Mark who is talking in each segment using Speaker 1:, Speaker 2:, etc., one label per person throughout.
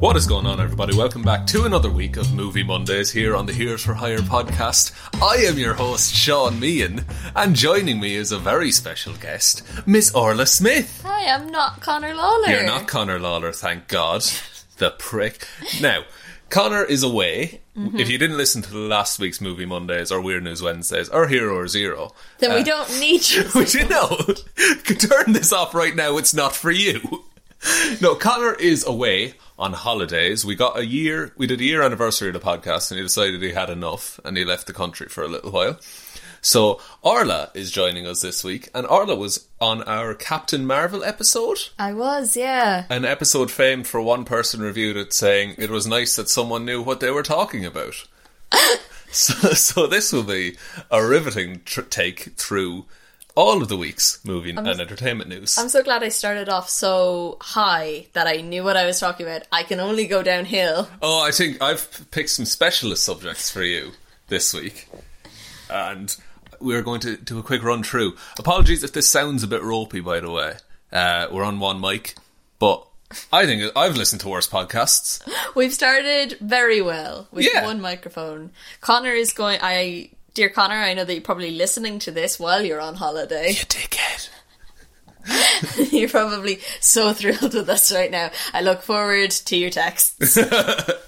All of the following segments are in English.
Speaker 1: What is going on, everybody? Welcome back to another week of Movie Mondays here on the Heroes for Hire podcast. I am your host, Sean Meehan, and joining me is a very special guest, Miss Orla Smith.
Speaker 2: Hi, I'm not Connor Lawler.
Speaker 1: You're not Connor Lawler, thank God. The prick. Now, Connor is away. If you didn't listen to last week's Movie Mondays or Weird News Wednesdays or Hero or Zero,
Speaker 2: Then we don't need you.
Speaker 1: Would you know? Turn this off right now, it's not for you. No, Connor is away on holidays. We got a year, we did a year anniversary of the podcast and he decided he had enough and he left the country for a little while. So Arla is joining us this week and Arla was on our Captain Marvel episode.
Speaker 2: I was, yeah.
Speaker 1: An episode famed for one person reviewed it saying it was nice that someone knew what they were talking about. so, so this will be a riveting tr- take through all of the week's movie and entertainment news.
Speaker 2: I'm so glad I started off so high that I knew what I was talking about. I can only go downhill.
Speaker 1: Oh, I think I've p- picked some specialist subjects for you this week. And we're going to do a quick run through. Apologies if this sounds a bit ropey, by the way. Uh, we're on one mic, but I think I've listened to worse podcasts.
Speaker 2: We've started very well with
Speaker 1: Yeah.
Speaker 2: one microphone. Connor is going. I, dear Connor, I know that you're probably listening to this while you're on holiday.
Speaker 1: dickhead.
Speaker 2: you're probably so thrilled with us right now. I look forward to your texts.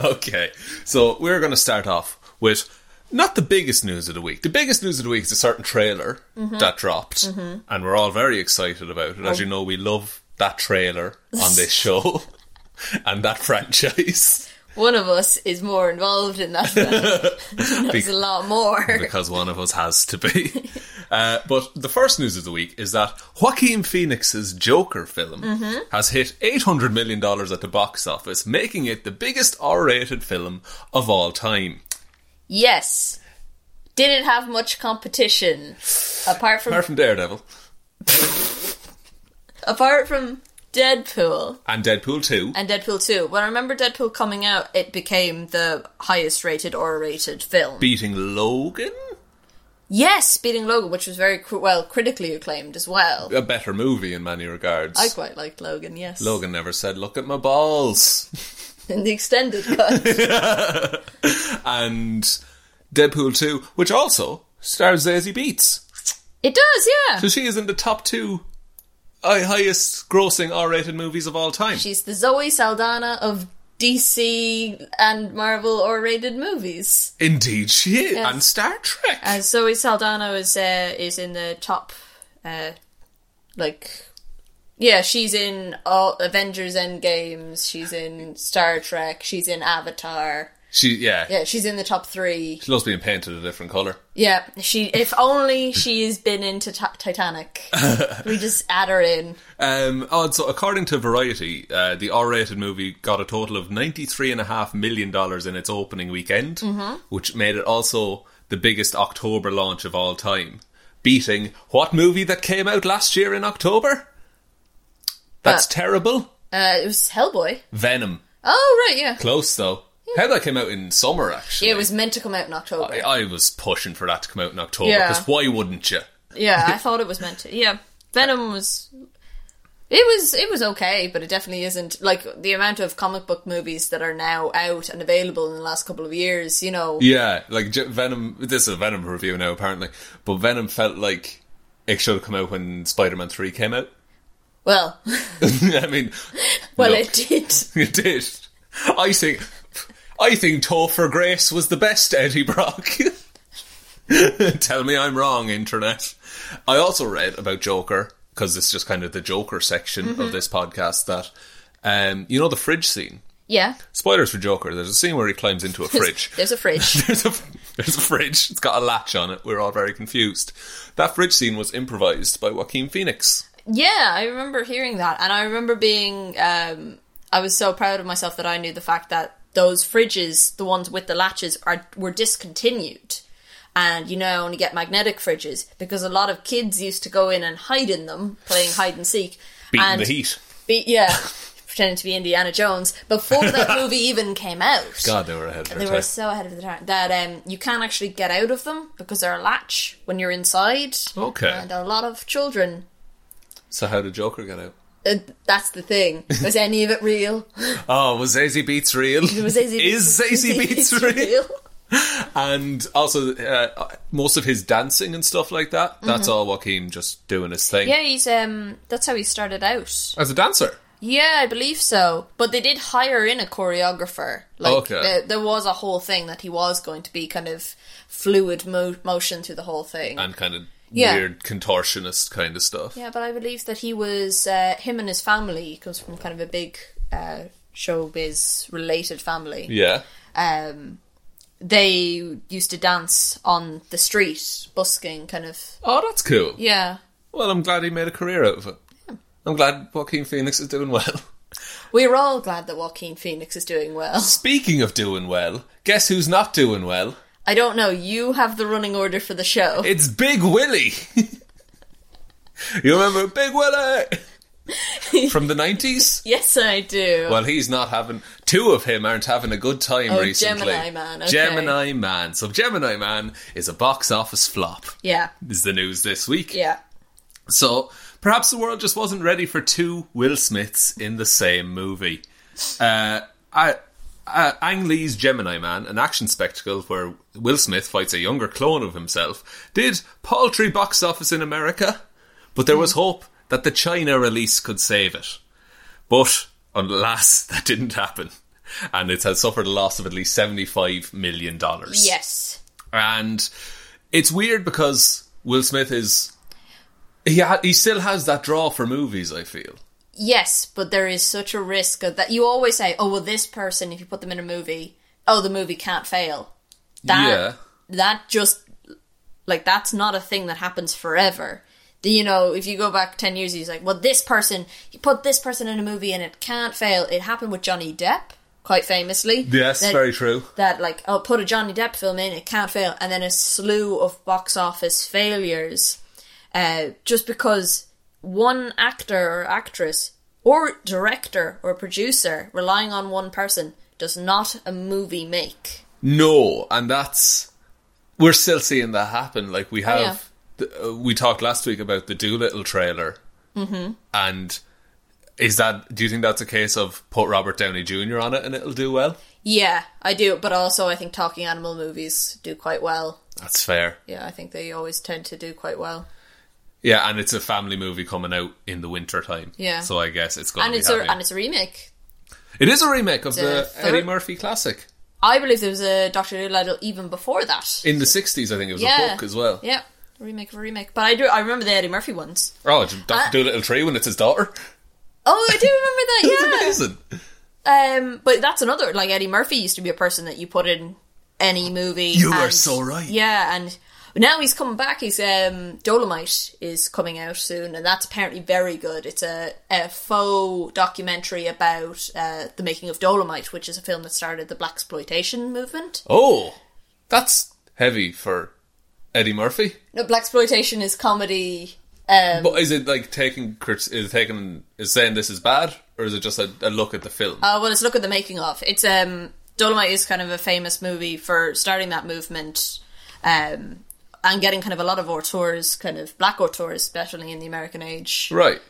Speaker 1: Okay, so we're going to start off with not the biggest news of the week. The biggest news of the week is a certain trailer that dropped, and we're all very excited about it. As you know, we love that trailer on this show and that franchise
Speaker 2: one of us is more involved in that. than- Knows a lot more.
Speaker 1: because one of us has to be. Uh, but the first news of the week is that Joaquin Phoenix's Joker film has hit $800 million at the box office, making it the biggest R rated film of all time.
Speaker 2: Yes. Didn't have much competition apart from
Speaker 1: Apart from Daredevil
Speaker 2: apart from Deadpool
Speaker 1: and Deadpool 2.
Speaker 2: and Deadpool 2. When I remember Deadpool coming out, it became the highest rated or rated film.
Speaker 1: beating Logan,
Speaker 2: yes, beating Logan, which was very cr- well critically acclaimed as well.
Speaker 1: a better movie in many regards.
Speaker 2: I quite liked Logan, yes.
Speaker 1: Logan never said, "Look at my balls,"
Speaker 2: In the extended cut.
Speaker 1: and Deadpool two, which also stars Zazie Beats,
Speaker 2: it does, yeah.
Speaker 1: so she is in the top two uh, highest grossing R rated movies of all time.
Speaker 2: She's the Zoe Saldana of DC and Marvel or rated movies.
Speaker 1: Indeed, she is,
Speaker 2: Yes.
Speaker 1: and Star Trek.
Speaker 2: Uh, Zoe Saldana is uh, is in the top, uh, like, yeah, she's in all Avengers End Games. She's in Star Trek. She's in Avatar.
Speaker 1: she, yeah,
Speaker 2: Yeah, she's in the top three.
Speaker 1: she loves being painted a different color.
Speaker 2: Yeah, she. If only she has been into t- Titanic. we just add her in.
Speaker 1: Um, oh, so according to Variety, uh, the R-rated movie got a total of ninety-three and a half million dollars in its
Speaker 2: Mm-hmm.
Speaker 1: opening weekend, which made it also the biggest October launch of all time, beating what movie that came out last year in October? That's
Speaker 2: Uh.
Speaker 1: terrible.
Speaker 2: Uh, it was Hellboy.
Speaker 1: Venom.
Speaker 2: Oh right, yeah.
Speaker 1: Close though. How that came out in summer actually.
Speaker 2: Yeah, it was meant to come out in October.
Speaker 1: I, I was pushing for that to come out in October
Speaker 2: Yeah.
Speaker 1: because why wouldn't you?
Speaker 2: yeah, I thought it was meant to. Yeah, Venom was. It was it was okay, but it definitely isn't like the amount of comic book movies that are now out and available in the last couple of years. You know,
Speaker 1: Yeah, like J- Venom. This is a Venom review now, apparently. But Venom felt like it should have come out when Spider Man Three came out.
Speaker 2: well,
Speaker 1: I mean,
Speaker 2: well,
Speaker 1: look,
Speaker 2: it did.
Speaker 1: it did. I think, I think Topher Grace was the best Eddie Brock. Tell me I'm wrong, internet. I also read about Joker because it's just kind of the Joker section
Speaker 2: Mm-hmm.
Speaker 1: of this podcast. That um, you know the fridge scene.
Speaker 2: Yeah,
Speaker 1: Spoilers for Joker. There's a scene where he climbs into a fridge.
Speaker 2: there's a fridge.
Speaker 1: there's a there's a fridge. It's got a latch on it. We're all very confused. That fridge scene was improvised by Joaquin Phoenix.
Speaker 2: Yeah, I remember hearing that, and I remember being. Um, I was so proud of myself that I knew the fact that those fridges, the ones with the latches, are were discontinued, and you now only get magnetic fridges because a lot of kids used to go in and hide in them, playing hide and seek,
Speaker 1: Beating
Speaker 2: and
Speaker 1: the heat.
Speaker 2: Be, yeah, pretending to be Indiana Jones before that movie even came out.
Speaker 1: God, they were ahead of
Speaker 2: They
Speaker 1: their
Speaker 2: were
Speaker 1: time.
Speaker 2: so ahead of the time that um, you can't actually get out of them because they're a latch when you're inside.
Speaker 1: Okay.
Speaker 2: And a lot of children
Speaker 1: So how did Joker get out?
Speaker 2: uh, that's the thing. Was any of it real?
Speaker 1: Oh, was Zazie Beats real?
Speaker 2: Was any of it-
Speaker 1: Is Zazie Beats real? And also, uh, most of his dancing and stuff like that. That's all Joaquin just doing his thing
Speaker 2: Mm-hmm. Yeah, he's um. That's how he started out.
Speaker 1: as a dancer.
Speaker 2: Yeah, I believe so. But they did hire in a choreographer. Like
Speaker 1: Okay.
Speaker 2: there, there was a whole thing that he was going to be kind of fluid mo- motion through the whole thing.
Speaker 1: and kind of
Speaker 2: Yeah.
Speaker 1: weird contortionist kind of stuff.
Speaker 2: yeah, but I believe that he was uh, him and his family he comes from kind of a big uh, showbiz related family.
Speaker 1: Yeah.
Speaker 2: Um, they used to dance on the street, busking, kind of.
Speaker 1: Oh, that's cool.
Speaker 2: Yeah.
Speaker 1: Well, I'm glad he made a career out of it. I'm glad Joaquin Phoenix is doing well.
Speaker 2: We're all glad that Joaquin Phoenix is doing well.
Speaker 1: Speaking of doing well, guess who's not doing well?
Speaker 2: I don't know, you have the running order for the show.
Speaker 1: It's Big Willie. you remember Big Willie from the nineties?
Speaker 2: yes, I do.
Speaker 1: Well, he's not having. Two of him aren't having a good time
Speaker 2: Oh,
Speaker 1: recently.
Speaker 2: Gemini Man, okay.
Speaker 1: Gemini Man. So Gemini Man is a box office flop.
Speaker 2: yeah.
Speaker 1: Is the news this week?
Speaker 2: Yeah.
Speaker 1: So perhaps the world just wasn't ready for two Will Smiths in the same movie. Uh, I, uh, Ang Lee's Gemini Man, an action spectacle where Will Smith fights a younger clone of himself, did paltry box office in America, but there was hope that the China release could save it. But alas, that didn't happen. And it has suffered a loss of at least $75 million.
Speaker 2: Yes.
Speaker 1: And it's weird because Will Smith is he ha- he still has that draw for movies. I feel
Speaker 2: Yes, but there is such a risk of that you always say, oh, well, this person, if you put them in a movie, oh, the movie can't fail. That,
Speaker 1: Yeah.
Speaker 2: That just, like, that's not a thing that happens forever. The- You know, if you go back 10 years, he's like, well, this person, you put this person in a movie and it can't fail. It happened with Johnny Depp, quite famously. That-
Speaker 1: true.
Speaker 2: that like oh put a Johnny Depp film in it can't fail and then a slew of box office failures uh, just because one actor or actress or director or producer relying on one person does not a movie make
Speaker 1: No, and that's we're still seeing that happen. Like we have,
Speaker 2: Oh, yeah.
Speaker 1: the, uh, we talked last week about the Doolittle trailer, mm-hmm. and is that? Do you think that's a case of put Robert Downey Jr. on it and it'll do well?
Speaker 2: yeah I do but also I think talking animal movies do quite well
Speaker 1: That's fair.
Speaker 2: yeah I think they always tend to do quite well
Speaker 1: Yeah, and it's a family movie coming out in the winter time.
Speaker 2: Yeah.
Speaker 1: so I guess it's going
Speaker 2: and
Speaker 1: to be
Speaker 2: it's a,
Speaker 1: having-
Speaker 2: and it's a remake
Speaker 1: It is a remake of the,
Speaker 2: third-
Speaker 1: Eddie Murphy classic.
Speaker 2: I believe there was a Doctor Dolittle even before that
Speaker 1: In the 60s, I think it was a book as well.
Speaker 2: yeah remake of a remake but I do I remember the Eddie Murphy ones
Speaker 1: Oh, Dr.
Speaker 2: Uh,
Speaker 1: Doolittle 3 when it's his daughter.
Speaker 2: Oh, I do remember that. Yeah.
Speaker 1: It's amazing.
Speaker 2: Um, but that's another like Eddie Murphy used to be a person that you put in any movie.
Speaker 1: You are
Speaker 2: and-
Speaker 1: so right.
Speaker 2: Yeah, and now he's coming back. He's um, Dolomite is coming out soon, and that's apparently very good. It's a, a faux documentary about uh, the making of Dolomite, which is a film that started the black exploitation movement.
Speaker 1: Oh, that's Oh, heavy for Eddie Murphy.
Speaker 2: No, black exploitation is comedy. Um,
Speaker 1: But is it like taking crit- is it taking is saying this is bad or is it just a, a look at the film?
Speaker 2: uh, well, let's look at the making of. It's um, Dolomite is kind of a famous movie for starting that movement, um, and getting kind of a lot of auteurs, kind of black auteurs, especially in the American age.
Speaker 1: Right.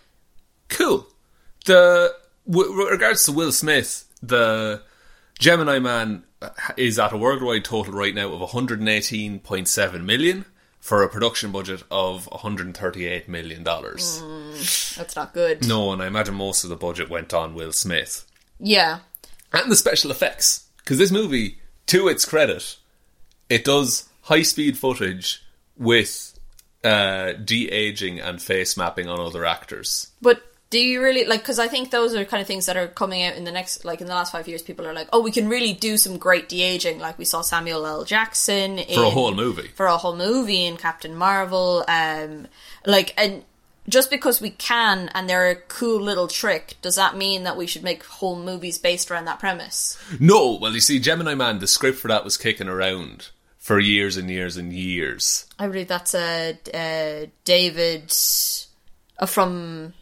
Speaker 1: Cool. The w- w- regards to Will Smith, the Gemini Man is at a worldwide total right now of 118.7 million for a production budget of 138 million dollars.
Speaker 2: That's not good.
Speaker 1: No, and I imagine most of the budget went on Will Smith
Speaker 2: Yeah.
Speaker 1: and the special effects because this movie, to its credit, it does high speed footage with uh, de aging and face mapping on other actors.
Speaker 2: But do you really like? Because I think those are kind of things that are coming out in the next, like in the last five years. People are like, oh, we can really do some great de aging. Like we saw Samuel L. Jackson in,
Speaker 1: For a whole movie.
Speaker 2: for a whole movie in Captain Marvel. Um, like and just because we can and they're a cool little trick, does that mean that we should make whole movies based around that premise?
Speaker 1: No, well, you see, Gemini Man, the script for that was kicking around for years and years and years.
Speaker 2: I believe that's a uh, David uh, from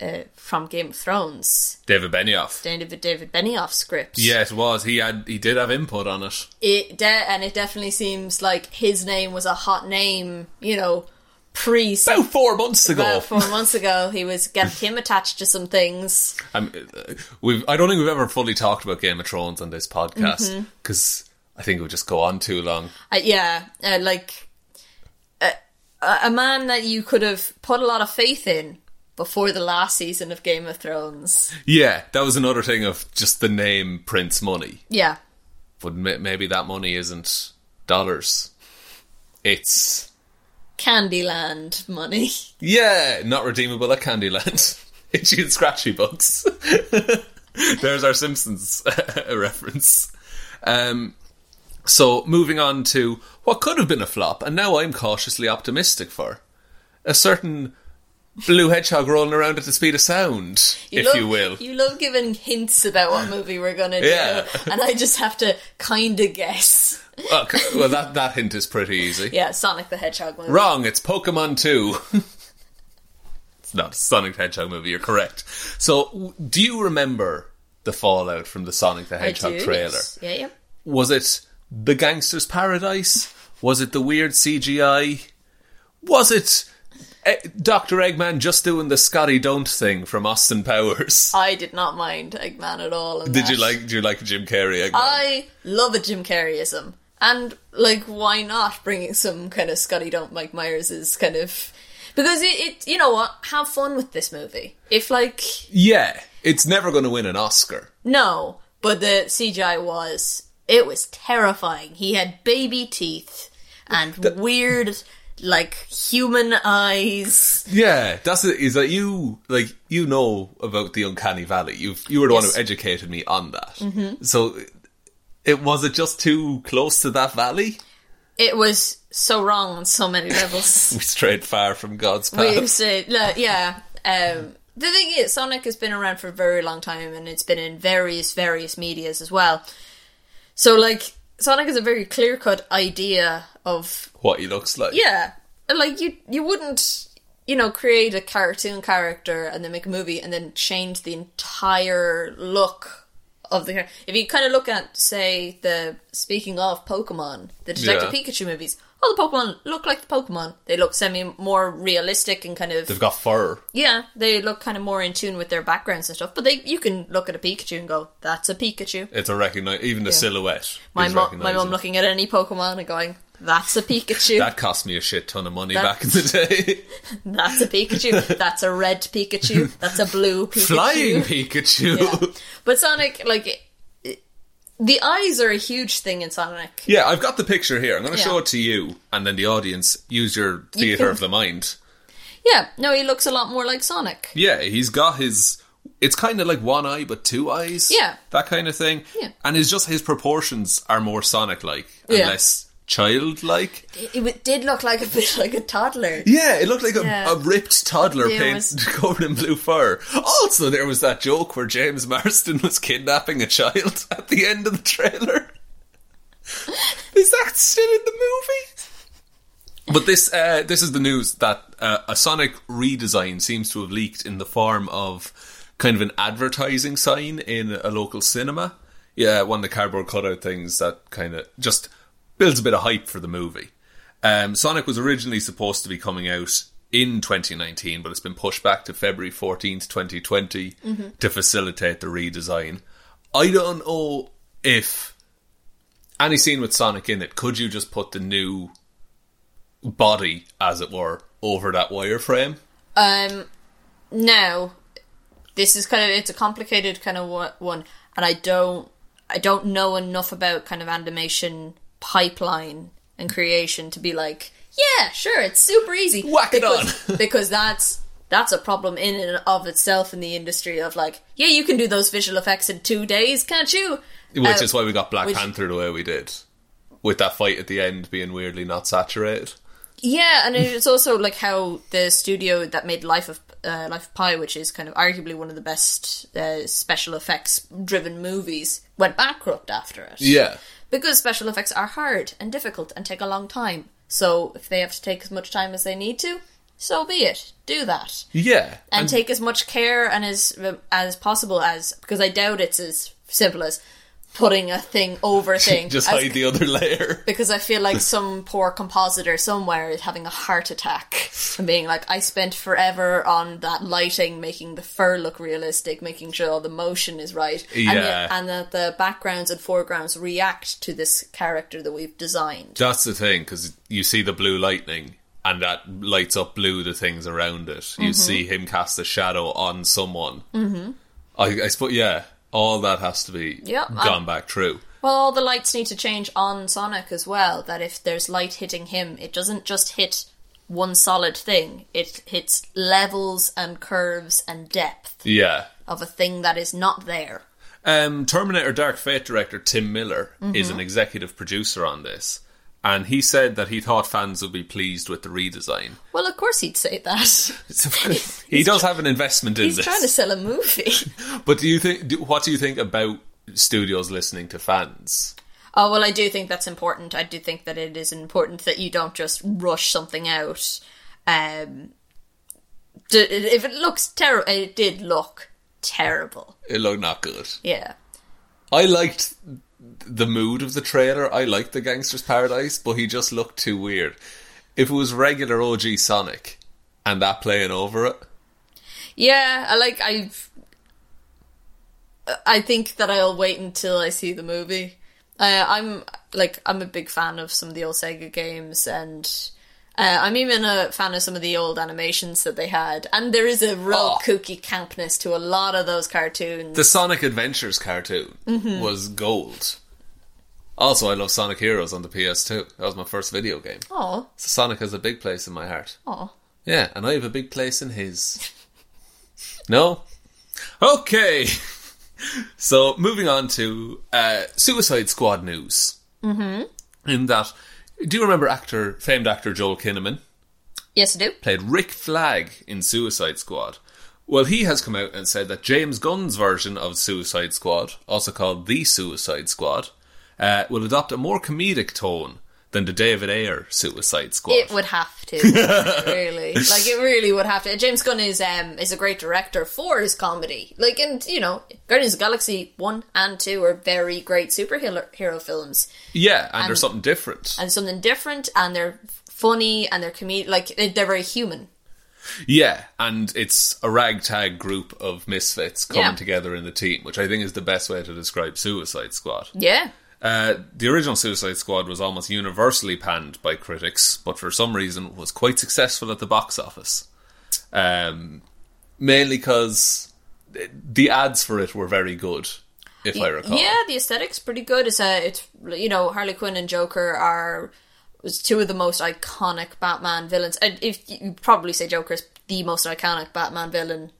Speaker 2: uh, from Game of Thrones,
Speaker 1: David Benioff.
Speaker 2: David David Benioff script.
Speaker 1: yeah, it was. He had he did have input on it.
Speaker 2: it de- and it definitely seems like his name was a hot name, you know, pre
Speaker 1: About four months ago.
Speaker 2: about four months ago. He was getting him attached to some things.
Speaker 1: I'm, uh, we've, I don't think we've ever fully talked about Game of Thrones on this
Speaker 2: Mm-hmm.
Speaker 1: podcast because I think it would just go on too long.
Speaker 2: Uh, yeah, uh, like uh, a man that you could have put a lot of faith in before the last season of Game of Thrones.
Speaker 1: Yeah, that was another thing of just the name prints money,
Speaker 2: Yeah,
Speaker 1: but ma- maybe that money isn't dollars. It's
Speaker 2: Candyland money.
Speaker 1: yeah, not redeemable at Candyland. Itchy and scratchy books. There's our Simpsons reference. Um, so moving on to what could have been a flop, and now I'm cautiously optimistic for a certain blue hedgehog rolling around at the speed of sound, if
Speaker 2: love,
Speaker 1: you will.
Speaker 2: You love giving hints about what movie we're gonna do,
Speaker 1: Yeah.
Speaker 2: and I just have to kind of guess.
Speaker 1: well, c- well, that that hint is pretty easy.
Speaker 2: Yeah, Sonic the Hedgehog movie.
Speaker 1: Wrong, it's Pokemon 2. it's not a Sonic the Hedgehog movie, you're correct. So, w- do you remember the fallout from the Sonic the
Speaker 2: I
Speaker 1: Hedgehog
Speaker 2: do,
Speaker 1: trailer?
Speaker 2: yes. Yeah, yeah.
Speaker 1: Was it The Gangster's Paradise? Was it the weird CGI? Was it eh, Dr. Eggman just doing the Scotty Don't thing from Austin Powers?
Speaker 2: I did not mind Eggman at all. in
Speaker 1: Did you
Speaker 2: that.
Speaker 1: like do you like Jim Carrey Eggman?
Speaker 2: I love a Jim Carreyism, and like, why not bringing some kind of Scotty Don't Mike Myers's kind of because it, it, you know what? Have fun with this movie. If like
Speaker 1: yeah, it's never going to win an Oscar.
Speaker 2: no, but the CGI was it was terrifying. He had baby teeth and weird like human eyes.
Speaker 1: Yeah, that's it. Is that you? Like you know about the uncanny valley. You you were the one
Speaker 2: Yes. Mm-hmm.
Speaker 1: who educated me on that. So it was it just too close to that valley?
Speaker 2: It was so wrong on so many levels.
Speaker 1: We strayed far from God's
Speaker 2: We've
Speaker 1: path.
Speaker 2: said, look, yeah. Um, the thing is, Sonic has been around for a very long time, and it's been in various, various medias as well. So, like, Sonic is a very clear-cut idea of
Speaker 1: What he looks like.
Speaker 2: yeah, like you you wouldn't you know create a cartoon character and then make a movie and then change the entire look of the char- if you kind of look at say the speaking of Pokemon the Detective
Speaker 1: Yeah.
Speaker 2: Pikachu movies all the Pokemon look like the Pokemon they look semi more realistic and kind of
Speaker 1: They've got fur.
Speaker 2: yeah they look kind of more in tune with their backgrounds and stuff but they you can look at a Pikachu and go that's a Pikachu
Speaker 1: It's a recognize even the silhouette.
Speaker 2: my
Speaker 1: is
Speaker 2: mom my
Speaker 1: recognisable.
Speaker 2: mum looking at any Pokemon and going that's a Pikachu
Speaker 1: That cost me a shit ton of money
Speaker 2: That-
Speaker 1: back in the day.
Speaker 2: That's a Pikachu. That's a red Pikachu. That's a blue Pikachu.
Speaker 1: Flying Pikachu.
Speaker 2: Yeah. But Sonic, like, it, it- the eyes are a huge thing in Sonic.
Speaker 1: Yeah, I've got the picture here. I'm going to
Speaker 2: Yeah.
Speaker 1: show it to you, and then the audience use your theater
Speaker 2: can-
Speaker 1: of the mind.
Speaker 2: Yeah, no, he looks a lot more like Sonic.
Speaker 1: Yeah, he's got his. It's kind of like one eye but two eyes.
Speaker 2: Yeah.
Speaker 1: that kind of thing.
Speaker 2: Yeah.
Speaker 1: and it's just his proportions are more Sonic-like and
Speaker 2: Yeah.
Speaker 1: less child-like.
Speaker 2: It, it did look like a bit like a toddler.
Speaker 1: Yeah, it looked like a,
Speaker 2: Yeah.
Speaker 1: a ripped toddler
Speaker 2: There
Speaker 1: paint
Speaker 2: was-
Speaker 1: covered in blue fur. Also, there was that joke where James Marston was kidnapping a child at the end of the trailer. Is that still in the movie? But this uh, this is the news that uh, a Sonic redesign seems to have leaked in the form of kind of an advertising sign in a local cinema. Yeah, one of the cardboard cutout things that kind of just builds a bit of hype for the movie. Um, Sonic was originally supposed to be coming out in 2019, but it's been pushed back to February 14th, 2020 to facilitate the redesign. I don't know if any scene with Sonic in it, could you just put the new body, as it were, over that wireframe?
Speaker 2: Um, now, this is kind of it's a complicated kind of wa- one, and I don't I don't know enough about kind of animation pipeline and creation to be like, yeah, sure, it's super easy.
Speaker 1: Whack it
Speaker 2: because, because that's that's a problem in and of itself in the industry of like, yeah, you can do those visual effects in two days, can't you?
Speaker 1: Which
Speaker 2: Uh,
Speaker 1: is why we got Black
Speaker 2: which-
Speaker 1: Panther the way we did, with that fight at the end being weirdly not saturated.
Speaker 2: Yeah, and it's also like how the studio that made Life of uh, Life of Pi, which is kind of arguably one of the best uh, special effects driven movies, went bankrupt after it.
Speaker 1: Yeah.
Speaker 2: because special effects are hard and difficult and take a long time. So if they have to take as much time as they need to, so be it. Do that
Speaker 1: Yeah.
Speaker 2: and, take as much care and as as possible as because I doubt it's as simple as putting a thing over a thing.
Speaker 1: just
Speaker 2: as-
Speaker 1: hide the other layer.
Speaker 2: because I feel like some poor compositor somewhere is having a heart attack and being like, I spent forever on that lighting, making the fur look realistic, making sure all the motion is right, and,
Speaker 1: Yeah.
Speaker 2: yet, and that the backgrounds and foregrounds react to this character that we've designed.
Speaker 1: That's the thing, because you see the blue lightning, and that lights up blue the things around it.
Speaker 2: Mm-hmm.
Speaker 1: You see him cast a shadow on someone. Mm-hmm. I, I suppose, yeah, all that has to be
Speaker 2: Yep,
Speaker 1: gone
Speaker 2: I'm-
Speaker 1: back through.
Speaker 2: Well, all the lights need to change on Sonic as well. That if there's light hitting him, it doesn't just hit one solid thing; it hits levels and curves and depth
Speaker 1: Yeah.
Speaker 2: of a thing that is not there.
Speaker 1: Um, Terminator Dark Fate director Tim Miller
Speaker 2: Mm-hmm.
Speaker 1: is an executive producer on this, and he said that he thought fans would be pleased with the redesign.
Speaker 2: Well, of course he'd say that.
Speaker 1: he does have an investment in
Speaker 2: He's
Speaker 1: this.
Speaker 2: trying to sell a movie.
Speaker 1: But do you think? Do, what do you think about studios listening to fans?
Speaker 2: oh well, I do think that's important. I do think that it is important that you don't just rush something out. Um, d- if it looks terrible, it did look terrible.
Speaker 1: It looked not good.
Speaker 2: Yeah,
Speaker 1: I liked the mood of the trailer. I liked the Gangster's Paradise, but he just looked too weird. If it was regular OG Sonic and that playing over it,
Speaker 2: yeah. I like. I. I think that I'll wait until I see the movie. Uh, I'm like I'm a big fan of some of the old Sega games, and uh, I'm even a fan of some of the old animations that they had. And there is a real
Speaker 1: Oh.
Speaker 2: kooky campness to a lot of those cartoons.
Speaker 1: the Sonic Adventures cartoon was gold. Also, I love Sonic Heroes on the PS2. That was my first video game.
Speaker 2: Oh,
Speaker 1: So Sonic has a big place in my heart.
Speaker 2: oh.
Speaker 1: Yeah, and I have a big place in his. no? Okay. So, moving on to uh, Suicide Squad news. Mm-hmm. In that, do you remember actor, famed actor Joel Kinnaman?
Speaker 2: Yes, I do.
Speaker 1: Played Rick Flag in Suicide Squad. Well, he has come out and said that James Gunn's version of Suicide Squad, also called The Suicide Squad, uh, will adopt a more comedic tone than the David Ayer Suicide Squad.
Speaker 2: It would have to, really. Like it really would have to. James Gunn is um is a great director for his comedy. Like and you know, Guardians of the Galaxy one and two are very great superhero hero films,
Speaker 1: yeah, and, there's something different.
Speaker 2: and something different, and they're funny, and they're comedic. Like they- they're very human.
Speaker 1: Yeah, and it's a ragtag group of misfits coming
Speaker 2: Yeah.
Speaker 1: together in the team, which I think is the best way to describe Suicide Squad.
Speaker 2: Yeah.
Speaker 1: Uh, the original Suicide Squad was almost universally panned by critics, but for some reason was quite successful at the box office. Um, mainly because the ads for it were very good, if I recall.
Speaker 2: Yeah, the aesthetic's pretty good. It's a, it's you know Harley Quinn and Joker are was two of the most iconic Batman villains. And if you probably say Joker is the most iconic Batman villain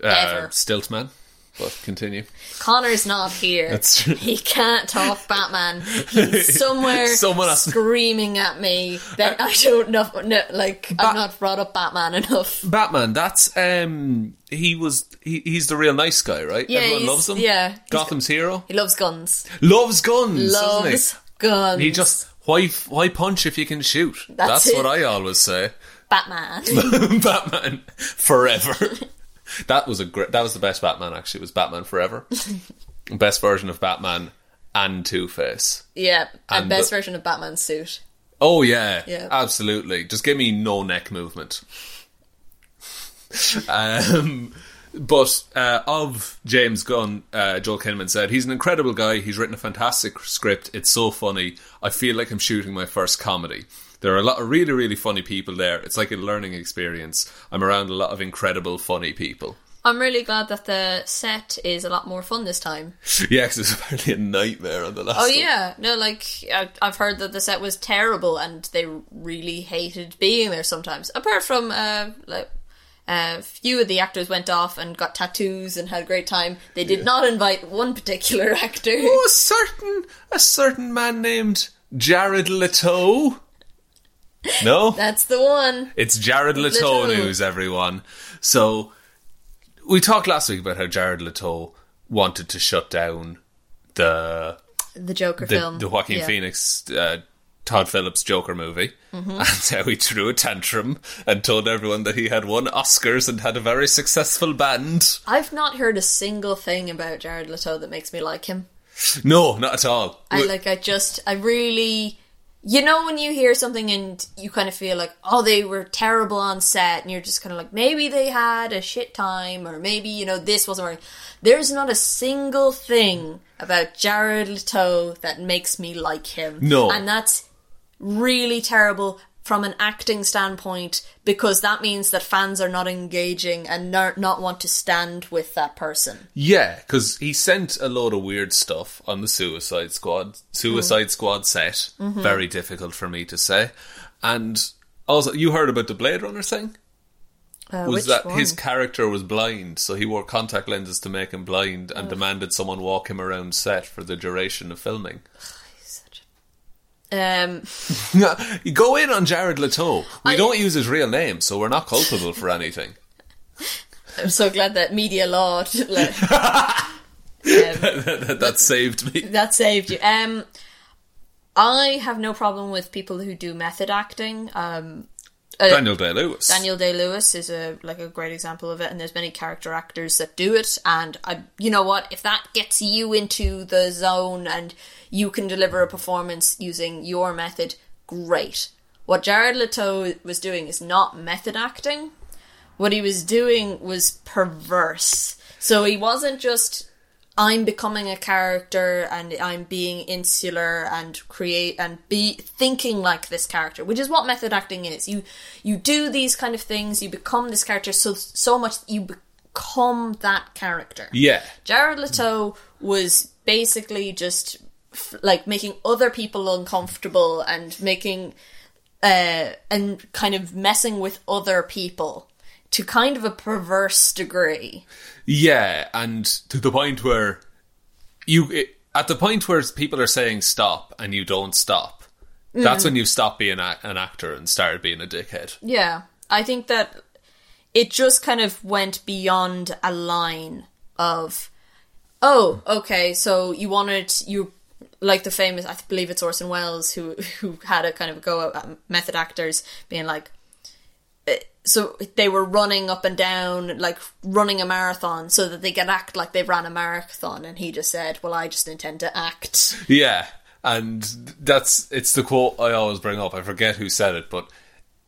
Speaker 1: uh,
Speaker 2: ever.
Speaker 1: Stiltman. But continue.
Speaker 2: Connor's not here.
Speaker 1: That's true.
Speaker 2: He can't talk Batman. He's somewhere
Speaker 1: Someone has-
Speaker 2: screaming at me that I don't know. No, like I've not brought up Batman enough.
Speaker 1: Batman, that's um he was he, he's the real nice guy, right?
Speaker 2: Yeah,
Speaker 1: Everyone
Speaker 2: he's-
Speaker 1: loves him.
Speaker 2: yeah.
Speaker 1: Gotham's hero.
Speaker 2: He loves guns.
Speaker 1: Loves guns, doesn't
Speaker 2: Loves guns.
Speaker 1: he? He just Why f- why punch if you can shoot?
Speaker 2: That's
Speaker 1: what
Speaker 2: it.
Speaker 1: I always say.
Speaker 2: Batman.
Speaker 1: Batman forever. that was a great. That was the best Batman. Actually, it was Batman Forever. best version of Batman and Two Face.
Speaker 2: yeah, and,
Speaker 1: And
Speaker 2: best
Speaker 1: the-
Speaker 2: version of Batman's suit.
Speaker 1: Oh yeah,
Speaker 2: Yeah.
Speaker 1: absolutely. Just give me no neck movement. um, but uh, of James Gunn, uh, Joel Kinnaman said he's an incredible guy. He's written a fantastic script. It's so funny. I feel like I'm shooting my first comedy. There are a lot of really, really funny people there. It's like a learning experience. I'm around a lot of incredible, funny people.
Speaker 2: I'm really glad that the set is a lot more fun this time.
Speaker 1: Yeah, because it's apparently a nightmare on the last.
Speaker 2: Oh
Speaker 1: one.
Speaker 2: yeah, no, like I- I've heard that the set was terrible and they really hated being there sometimes. Apart from uh, like a few of the actors went off and got tattoos and had a great time. They did not invite one particular actor.
Speaker 1: Oh, a certain a certain man named Jared Leto. No,
Speaker 2: That's the one.
Speaker 1: It's Jared Leto,
Speaker 2: Leto.
Speaker 1: news, everyone. So we talked last week about how Jared Leto wanted to shut down the
Speaker 2: The Joker
Speaker 1: the,
Speaker 2: film.
Speaker 1: the Joaquin
Speaker 2: Yeah.
Speaker 1: Phoenix, uh, Todd Phillips Joker movie,
Speaker 2: Mm-hmm.
Speaker 1: and how he threw a tantrum and told everyone that he had won Oscars and had a very successful band.
Speaker 2: I've not heard a single thing about Jared Leto that makes me like him.
Speaker 1: No, not at all.
Speaker 2: I
Speaker 1: We-
Speaker 2: like I just I really you know when you hear something and you kind of feel like oh they were terrible on set and you're just kind of like maybe they had a shit time or maybe you know this wasn't working. There's not a single thing about Jared Leto that makes me like him.
Speaker 1: No.
Speaker 2: And that's really terrible from an acting standpoint because that means that fans are not engaging and nar- not want to stand with that person.
Speaker 1: Yeah, because he sent a load of weird stuff on the Suicide Squad Suicide
Speaker 2: Mm.
Speaker 1: Squad set.
Speaker 2: Mm-hmm.
Speaker 1: Very difficult for me to say. And also, you heard about the Blade Runner thing?
Speaker 2: Uh,
Speaker 1: was
Speaker 2: which
Speaker 1: that
Speaker 2: one?
Speaker 1: his character was blind, so he wore contact lenses to make him blind, and demanded someone walk him around set for the duration of filming.
Speaker 2: um
Speaker 1: you go in on Jared Leto. We don't use his real name, so we're not culpable for anything.
Speaker 2: I'm so glad that media law like, Um,
Speaker 1: that, that saved me.
Speaker 2: that saved you. Um, I have no problem with people who do method acting. Um, uh,
Speaker 1: Daniel Day Lewis.
Speaker 2: Daniel Day Lewis is a like a great example of it, and there's many character actors that do it. And I, you know what, if that gets you into the zone and you can deliver a performance using your method, great. What Jared Leto was doing is not method acting. What he was doing was perverse. So he wasn't just I'm becoming a character and I'm being insular and create and be thinking like this character, which is what method acting is. You you do these kind of things, you become this character so so much you become that character.
Speaker 1: Yeah.
Speaker 2: Jared Leto was basically just f- like making other people uncomfortable and making uh and kind of messing with other people to kind of a perverse degree.
Speaker 1: Yeah, and to the point where you it, at the point where people are saying stop and you don't stop. That's when you stop being a, an actor and started being a dickhead.
Speaker 2: Yeah, I think that it just kind of went beyond a line of, oh, okay, so you wanted you like the famous, I believe it's Orson Welles who who had a kind of go at method actors being like, eh, so they were running up and down like running a marathon so that they could act like they ran a marathon, and he just said, well, I just intend to act.
Speaker 1: Yeah, and that's it's the quote I always bring up. I forget who said it, but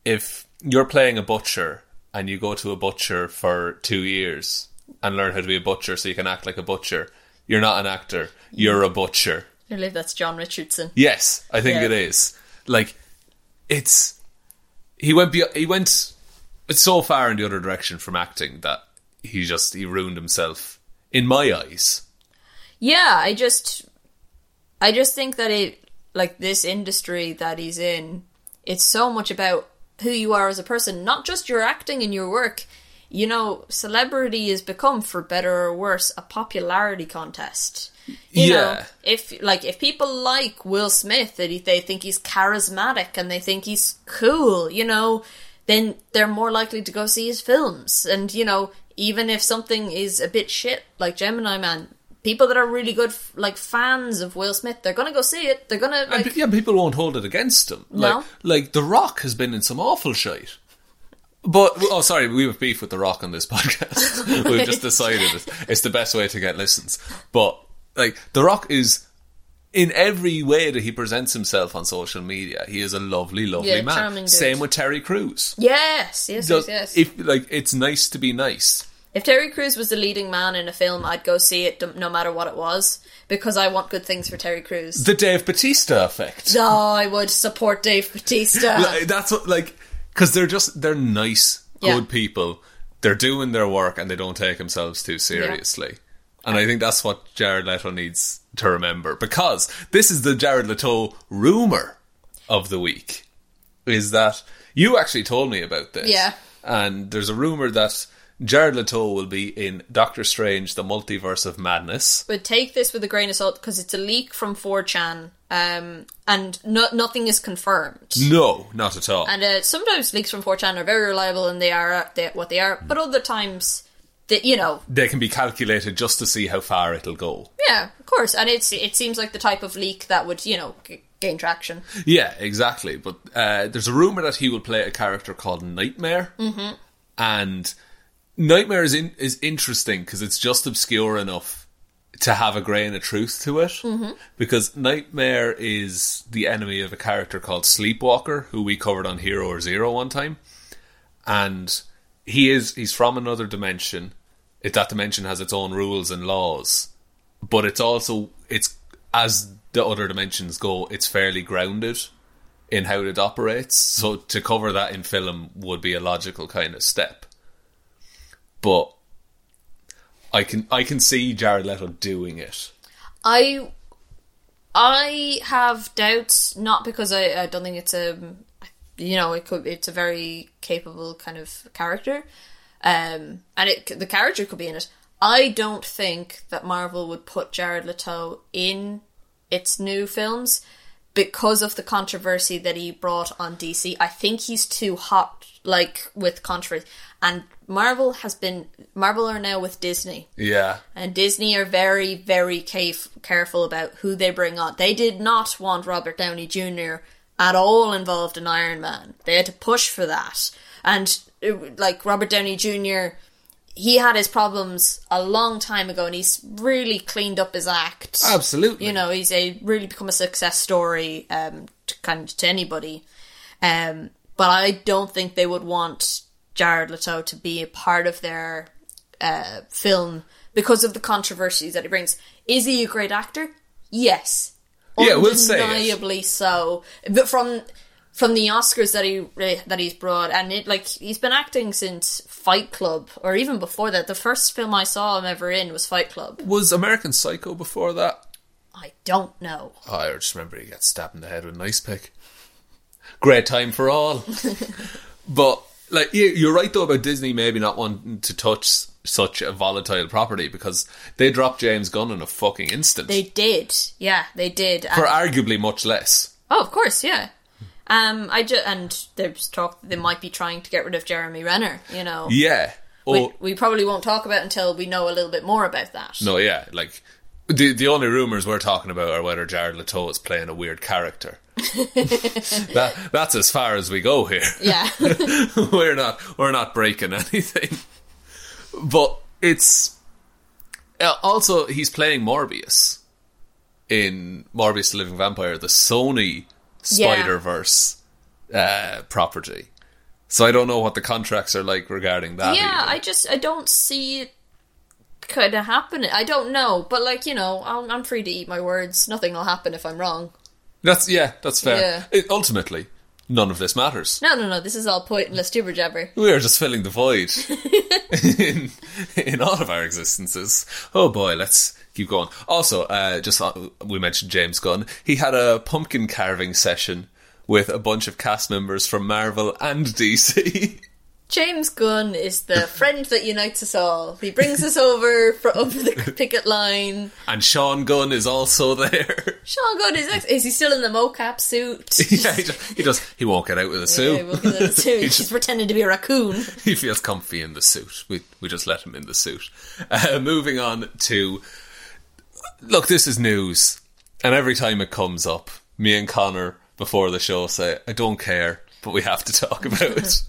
Speaker 1: if you're playing a butcher and you go to a butcher for two years and learn how to be a butcher so you can act like a butcher, you're not an actor. You're a butcher.
Speaker 2: I believe that's John Richardson.
Speaker 1: Yes, I think
Speaker 2: Yeah.
Speaker 1: it is. Like, it's he went be- he went it's so far in the other direction from acting that he just he ruined himself in my eyes.
Speaker 2: Yeah, I just I just think that it like this industry that he's in, it's so much about who you are as a person, not just your acting and your work. You know, celebrity has become, for better or worse, a popularity contest. You know,
Speaker 1: Yeah.
Speaker 2: if like if people like Will Smith and they think he's charismatic and they think he's cool, you know, then they're more likely to go see his films. And you know, even if something is a bit shit, like Gemini Man, people that are really good f- like fans of Will Smith, they're gonna go see it. They're gonna
Speaker 1: And
Speaker 2: like,
Speaker 1: pe- yeah, people won't hold it against him. Like,
Speaker 2: No.
Speaker 1: like The Rock has been in some awful shite. But oh, sorry, we have beef with The Rock on this podcast. We've just decided it. it's the best way to get listens. But like, The Rock is in every way that he presents himself on social media, he is a lovely, lovely
Speaker 2: Yeah,
Speaker 1: man.
Speaker 2: charming dude.
Speaker 1: Same with Terry Crews.
Speaker 2: yes, yes, yes,
Speaker 1: Does-
Speaker 2: yes. If,
Speaker 1: If like, it's nice to be nice.
Speaker 2: Terry Crews was the leading man in a film, I'd go see it dom- no matter what it was because I want good things for Terry Crews.
Speaker 1: The Dave Batista effect.
Speaker 2: No, I would support Dave Batista.
Speaker 1: Like, that's what like because they're just they're nice,
Speaker 2: Yeah.
Speaker 1: good people. They're doing their work and they don't take themselves too seriously. And I think that's what Jared Leto needs to remember because this is the Jared Leto rumor of the week. Is that you actually told me about this?
Speaker 2: Yeah.
Speaker 1: And there's a rumor that Jared Leto will be in Doctor Strange: The Multiverse of Madness.
Speaker 2: but take this with a grain of salt because it's a leak from 4chan um, and no- nothing is confirmed.
Speaker 1: No, not at all.
Speaker 2: And uh, sometimes leaks from 4chan are very reliable and they are uh, they, what they are, but other times, that you know,
Speaker 1: they can be calculated just to see how far it'll go.
Speaker 2: yeah, of course. And it's it seems like the type of leak that would you know g- gain traction.
Speaker 1: Yeah, exactly. But uh, there's a rumor that he will play a character called Nightmare, mm-hmm. and Nightmare is in, is interesting because it's just obscure enough to have a grain of truth to it. Mm-hmm. Because Nightmare is the enemy of a character called Sleepwalker, who we covered on Hero or Zero one time, and he is he's from another dimension. It, that dimension has its own rules and laws but it's also it's as the other dimensions go, it's fairly grounded in how it operates. So to cover that in film would be a logical kind of step. But I can I can see Jared Leto doing it.
Speaker 2: I I have doubts, not because I, I don't think it's a you know it could it's a very capable kind of character, um, and it c- the character could be in it. I don't think that Marvel would put Jared Leto in its new films because of the controversy that he brought on DC. I think he's too hot, like with controversy, and Marvel has been Marvel are now with Disney.
Speaker 1: Yeah.
Speaker 2: And Disney are very, very caf- careful about who they bring on. They did not want Robert Downey Jr. at all involved in Iron Man. They had to push for that. And, it, like, Robert Downey Jr., he had his problems a long time ago and he's really cleaned up his act.
Speaker 1: Absolutely.
Speaker 2: You know, he's a really become a success story um, to, kind of, to anybody. Um, but I don't think they would want Jared Leto to be a part of their uh, film because of the controversies that he brings. Is he a great actor? Yes.
Speaker 1: Yeah, we'll say it.
Speaker 2: undeniably so. But from from the Oscars that he that he's brought, and it like he's been acting since Fight Club, or even before that. The first film I saw him ever in was Fight Club.
Speaker 1: Was American Psycho before that?
Speaker 2: I don't know.
Speaker 1: Oh, I just remember he got stabbed in the head with an ice pick. Great time for all. but like you- you're right though about Disney maybe not wanting to touch such a volatile property because they dropped James Gunn in a fucking instant
Speaker 2: They did, yeah, they did.
Speaker 1: for
Speaker 2: And-
Speaker 1: arguably much less.
Speaker 2: Oh, of course, yeah. Um, I ju- and there's talk that they might be trying to get rid of Jeremy Renner. You know,
Speaker 1: Yeah. Oh,
Speaker 2: we,
Speaker 1: Or
Speaker 2: we probably won't talk about until we know a little bit more about that.
Speaker 1: no, yeah. Like the the only rumors we're talking about are whether Jared Leto is playing a weird character. that that's as far as we go here.
Speaker 2: Yeah,
Speaker 1: we're not we're not breaking anything. But it's uh, also he's playing Morbius in Morbius the Living Vampire, the Sony
Speaker 2: Yeah.
Speaker 1: Spider Verse uh, property. So I don't know what the contracts are like regarding that.
Speaker 2: yeah.
Speaker 1: either.
Speaker 2: I just I don't see it kind of happening. I don't know, but like you know, I'm, I'm free to eat my words. Nothing will happen if I'm wrong.
Speaker 1: that's yeah, that's fair.
Speaker 2: Yeah.
Speaker 1: It- ultimately, none of this matters.
Speaker 2: No, no, no. This is all pointless jibber jabber.
Speaker 1: We are just filling the void in, in all of our existences. Oh boy, let's keep going. Also, uh, just thought we mentioned James Gunn. He had a pumpkin carving session with a bunch of cast members from Marvel and DC.
Speaker 2: James Gunn is the friend that unites us all. He brings us over from over the picket line.
Speaker 1: and Sean Gunn is also there.
Speaker 2: Sean Gunn is ex- is he still in the mocap suit?
Speaker 1: yeah, he just, he just he won't get out with a suit.
Speaker 2: Yeah, we'll give that a two.
Speaker 1: He
Speaker 2: She's
Speaker 1: just-
Speaker 2: pretending to be a raccoon.
Speaker 1: he feels comfy in the suit. We we just let him in the suit. Uh, moving on to look, this is news. And every time it comes up, me and Connor before the show say, I don't care, but we have to talk about it.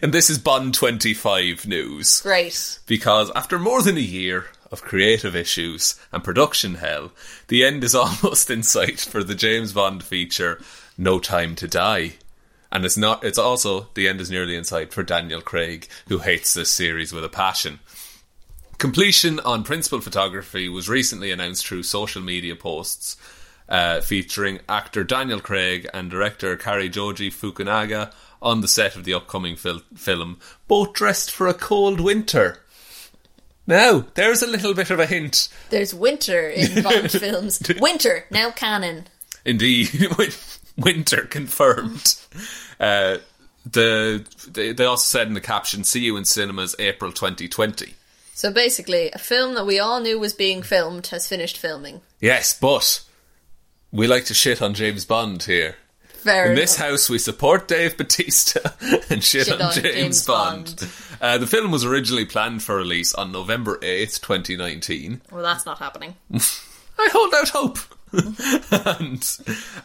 Speaker 1: and this is Bond 25 news.
Speaker 2: Great.
Speaker 1: Because after more than a year of creative issues and production hell, the end is almost in sight for the James Bond feature, No Time to Die. And it's not. It's also the end is nearly in sight for Daniel Craig, who hates this series with a passion. Completion on principal photography was recently announced through social media posts uh, featuring actor Daniel Craig and director Karijoji Fukunaga on the set of the upcoming fil- film, both dressed for a cold winter. Now, there's a little bit of a hint.
Speaker 2: There's winter in Bond films. Winter, now canon.
Speaker 1: Indeed, win- winter confirmed. Uh, the they, they also said in the caption, "See you in cinemas April 2020."
Speaker 2: So basically, a film that we all knew was being filmed has finished filming.
Speaker 1: Yes, but we like to shit on James Bond here.
Speaker 2: Fair
Speaker 1: In this
Speaker 2: enough.
Speaker 1: house, we support Dave Batista and shit, on, James, Bond. Uh, the film was originally planned for release on November 8th, 2019.
Speaker 2: well, that's not happening.
Speaker 1: I hold out hope. and,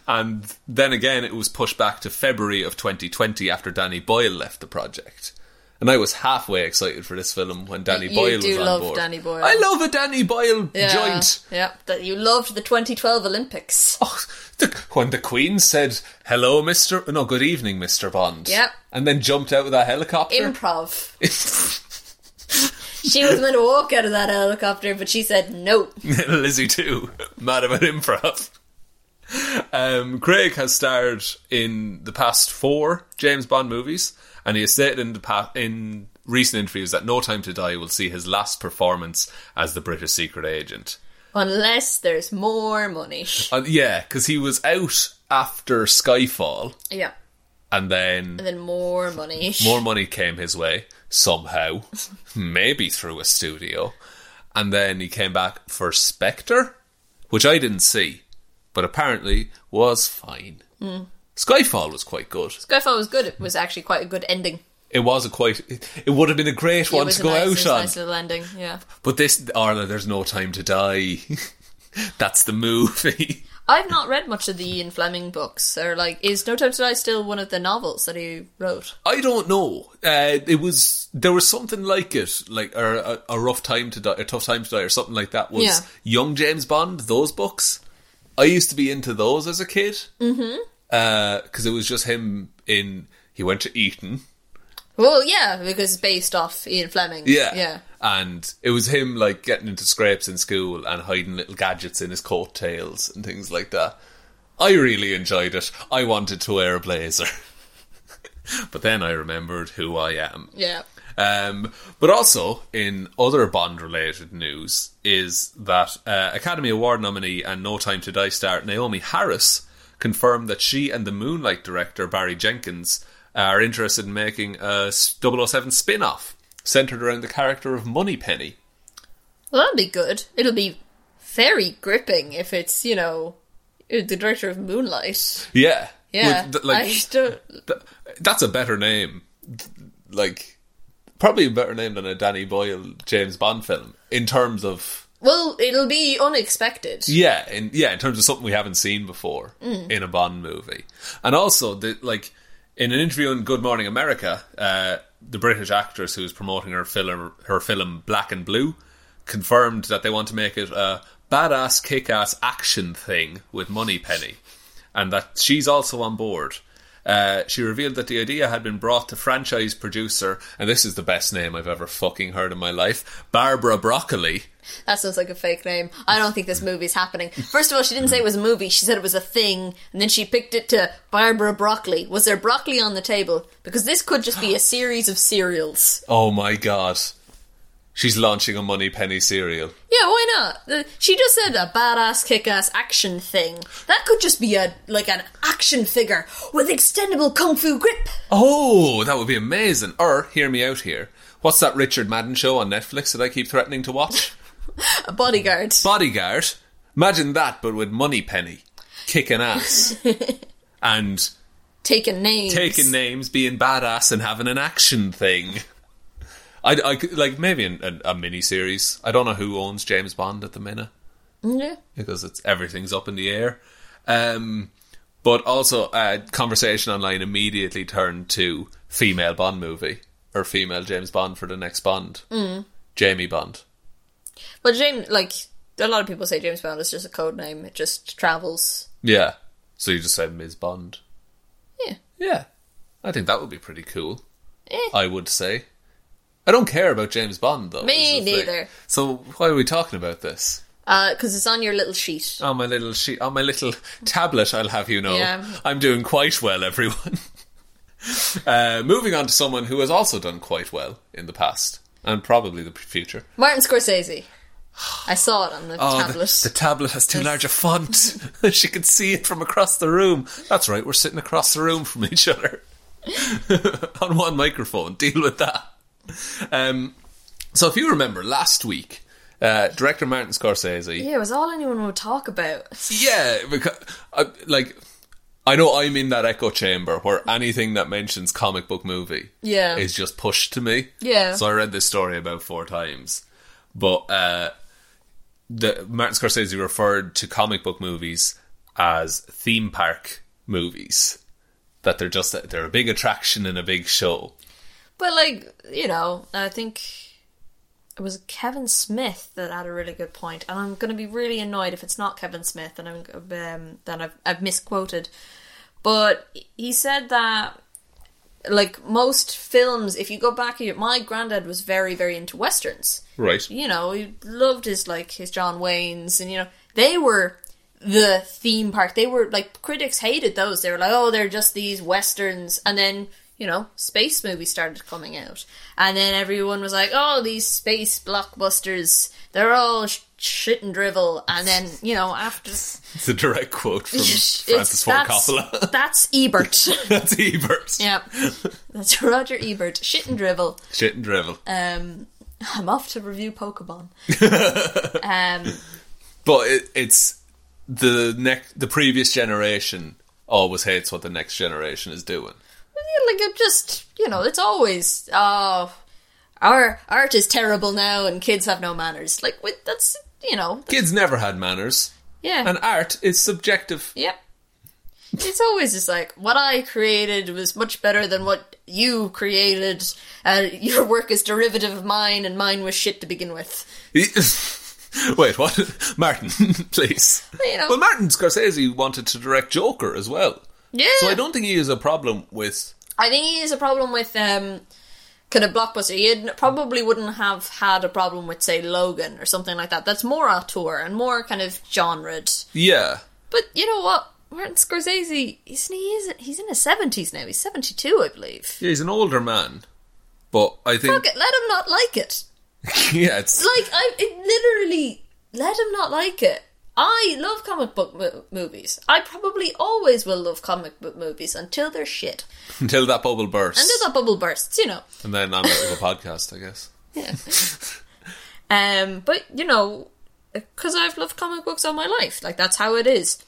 Speaker 1: and then again, it was pushed back to February of 2020 after Danny Boyle left the project. And I was halfway excited for this film when Danny
Speaker 2: You
Speaker 1: Boyle
Speaker 2: do
Speaker 1: was on
Speaker 2: love
Speaker 1: board.
Speaker 2: Danny Boyle.
Speaker 1: I love a Danny Boyle joint.
Speaker 2: Yeah, that you loved the 2012 Olympics.
Speaker 1: Oh, the, when the Queen said "Hello, Mister," no, "Good evening, Mister Bond."
Speaker 2: Yep.
Speaker 1: and then jumped out of that helicopter.
Speaker 2: Improv. She was meant to walk out of that helicopter, but she said no.
Speaker 1: Lizzie too, mad about improv. Um, Craig has starred in the past four James Bond movies, and he has stated in the pa- in recent interviews that No Time to Die will see his last performance as the British secret agent.
Speaker 2: Unless there's more money.
Speaker 1: Uh, yeah, because he was out after Skyfall,
Speaker 2: Yeah.
Speaker 1: and then
Speaker 2: And then more money.
Speaker 1: More money came his way somehow, maybe through a studio. And then he came back for Spectre, which I didn't see, but apparently was fine.
Speaker 2: Hmm.
Speaker 1: Skyfall was quite good.
Speaker 2: Skyfall was good. It was actually quite a good ending.
Speaker 1: It was a quite. It, it would have been a great
Speaker 2: It
Speaker 1: one
Speaker 2: was
Speaker 1: to
Speaker 2: a
Speaker 1: go
Speaker 2: nice, it
Speaker 1: out
Speaker 2: was a
Speaker 1: on.
Speaker 2: nice little ending. Yeah.
Speaker 1: But this, Arla, there's no time to die. That's the movie.
Speaker 2: I've not read much of the Ian Fleming books, or like, is No Time to Die still one of the novels that he wrote?
Speaker 1: I don't know. Uh, it was there was something like it, like or a, a rough time to die, a tough time to die, or something like that. Was
Speaker 2: Yeah.
Speaker 1: young James Bond those books? I used to be into those as a kid because mm-hmm. it was just him in. He went to Eton,
Speaker 2: Well, yeah, because it's based off Ian Fleming.
Speaker 1: yeah,
Speaker 2: Yeah.
Speaker 1: and it was him like getting into scrapes in school and hiding little gadgets in his coattails and things like that. I really enjoyed it. I wanted to wear a blazer, but then I remembered who I am.
Speaker 2: Yeah.
Speaker 1: Um, but also in other Bond-related news is that uh, Academy Award nominee and No Time to Die star Naomi Harris confirmed that she and the Moonlight director Barry Jenkins are interested in making a 007 spin-off centered around the character of Moneypenny.
Speaker 2: Well, that'll be good. It'll be very gripping if it's, you know, the director of Moonlight.
Speaker 1: Yeah,
Speaker 2: Yeah.
Speaker 1: With th- like
Speaker 2: I don't.
Speaker 1: th- that's a better name. Th- Like probably a better name than a Danny Boyle James Bond film in terms of
Speaker 2: Well, it'll be unexpected.
Speaker 1: Yeah, in yeah, in terms of something we haven't seen before in a Bond movie, and also the like in an interview in Good Morning America, uh, the British actress who was promoting her film her film Black and Blue confirmed that they want to make it a badass kick-ass action thing with Moneypenny, and that she's also on board. Uh, she revealed that the idea had been brought to franchise producer, and this is the best name I've ever fucking heard in my life, Barbara Broccoli.
Speaker 2: That sounds like a fake name. I don't think this movie's happening. First of all, she didn't say it was a movie. She said it was a thing, and then she picked it to Barbara Broccoli. Was there broccoli on the table? Because this could just be a series of cereals.
Speaker 1: Oh my god. She's launching a money penny cereal.
Speaker 2: Yeah, why not? The- She just said a badass, kick-ass action thing. That could just be a like an action figure with extendable kung fu grip.
Speaker 1: Oh, that would be amazing. Or hear me out here. What's that Richard Madden show on Netflix that I keep threatening to watch?
Speaker 2: A bodyguard.
Speaker 1: Bodyguard. Imagine that, but with money penny kicking ass and
Speaker 2: Taking names.
Speaker 1: taking names, being badass, and having an action thing. I, I could- like maybe an, an, a mini series. I don't know who owns James Bond at the minute.
Speaker 2: Yeah.
Speaker 1: because it's everything's up in the air. Um, but also, uh, conversation online immediately turned to female Bond movie or female James Bond for the next Bond, mm. Jamie Bond.
Speaker 2: But James, like, a lot of people say James Bond is just a code name. It just travels.
Speaker 1: Yeah, so you just say Ms. Bond.
Speaker 2: Yeah.
Speaker 1: Yeah, I think that would be pretty cool.
Speaker 2: Eh.
Speaker 1: I would say. I don't care about James Bond though.
Speaker 2: Me
Speaker 1: is the thing.
Speaker 2: neither.
Speaker 1: So why are we talking about this?
Speaker 2: Because Uh, it's on your little sheet.
Speaker 1: On my little sheet, on my little tablet, I'll have you know,
Speaker 2: Yeah.
Speaker 1: I'm doing quite well, everyone. uh, moving on to someone who has also done quite well in the past and probably the future.
Speaker 2: Martin Scorsese. I saw it on the tablet.
Speaker 1: Oh, The, the tablet has too large a font. she can see it from across the room. That's right, we're sitting across the room from each other on one microphone. Deal with that. Um, so, if you remember last week, uh, director Martin Scorsese.
Speaker 2: yeah, it was all anyone would talk about.
Speaker 1: Yeah, because I, like I know I'm in that echo chamber where anything that mentions comic book movie
Speaker 2: Yeah.
Speaker 1: is just pushed to me.
Speaker 2: Yeah.
Speaker 1: So I read this story about four times, but uh, the Martin Scorsese referred to comic book movies as theme park movies. That they're just they're a big attraction and a big show.
Speaker 2: But, like, you know, I think it was Kevin Smith that had a really good point, and I'm going to be really annoyed if it's not Kevin Smith, and I'm um, that I've, I've misquoted. But he said that, like most films, if you go back, my granddad was very, very into westerns.
Speaker 1: Right.
Speaker 2: you know, he loved his like his John Waynes, and you know, they were the theme park. They were like critics hated those. They were like, oh, they're just these westerns, and then you know, space movies started coming out, and then everyone was like, oh, these space blockbusters, they're all sh- shit and drivel, and then you know, after
Speaker 1: It's a direct quote from
Speaker 2: It's-
Speaker 1: Francis Ford
Speaker 2: that's-
Speaker 1: Coppola.
Speaker 2: that's Ebert.
Speaker 1: That's Ebert.
Speaker 2: yep, that's Roger Ebert, shit and drivel.
Speaker 1: Shit and drivel.
Speaker 2: Um, I'm off to review Pokemon. um.
Speaker 1: But it, it's the next, the previous generation always hates what the next generation is doing.
Speaker 2: Yeah, like it just you know it's always oh our art is terrible now and kids have no manners like with that's you know
Speaker 1: Kids never had manners,
Speaker 2: yeah
Speaker 1: and art is subjective.
Speaker 2: yep it's always just like what i created was much better than what you created uh, your work is derivative of mine and mine was shit to begin with
Speaker 1: Wait, what? Martin, please.
Speaker 2: You know.
Speaker 1: Well, Martin Scorsese wanted to direct Joker as well.
Speaker 2: yeah
Speaker 1: So I don't think he has a problem with.
Speaker 2: I think he has a problem with um, kind of blockbuster. He had, probably wouldn't have had a problem with, say, Logan or something like that. That's more auteur and more kind of genred.
Speaker 1: Yeah.
Speaker 2: But you know what? Martin Scorsese, isn't he? Is, he's in his seventies now. He's seventy-two, I believe.
Speaker 1: Yeah, he's an older man. But I think.
Speaker 2: Fuck it, let him not like it.
Speaker 1: yeah, it's.
Speaker 2: Like I, it literally let him not like it. I love comic book mo- movies. I probably always will love comic book movies until they're shit.
Speaker 1: Until that bubble bursts.
Speaker 2: Until that bubble bursts, you know.
Speaker 1: and then I'm out of a podcast, I guess.
Speaker 2: Um, but you know, because I've loved comic books all my life, like that's how it is.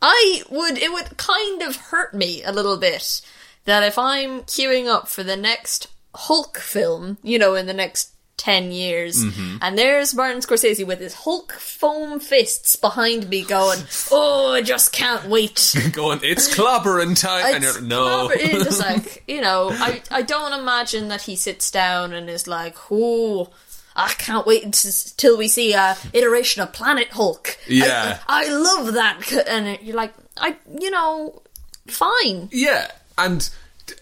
Speaker 2: I would it would kind of hurt me a little bit that if I'm queuing up for the next Hulk film, you know, in the next ten years, and there's Martin Scorsese with his Hulk foam fists behind me, going, "Oh, I just can't wait."
Speaker 1: Going, it's clobbering time. and
Speaker 2: It's
Speaker 1: you're, no.
Speaker 2: clever. It's just like you know, I I don't imagine that he sits down and is like, oh. I can't wait until we see a iteration of Planet Hulk. I-
Speaker 1: Yeah.
Speaker 2: I, love that. c- And you're like, I, you know, fine.
Speaker 1: Yeah, and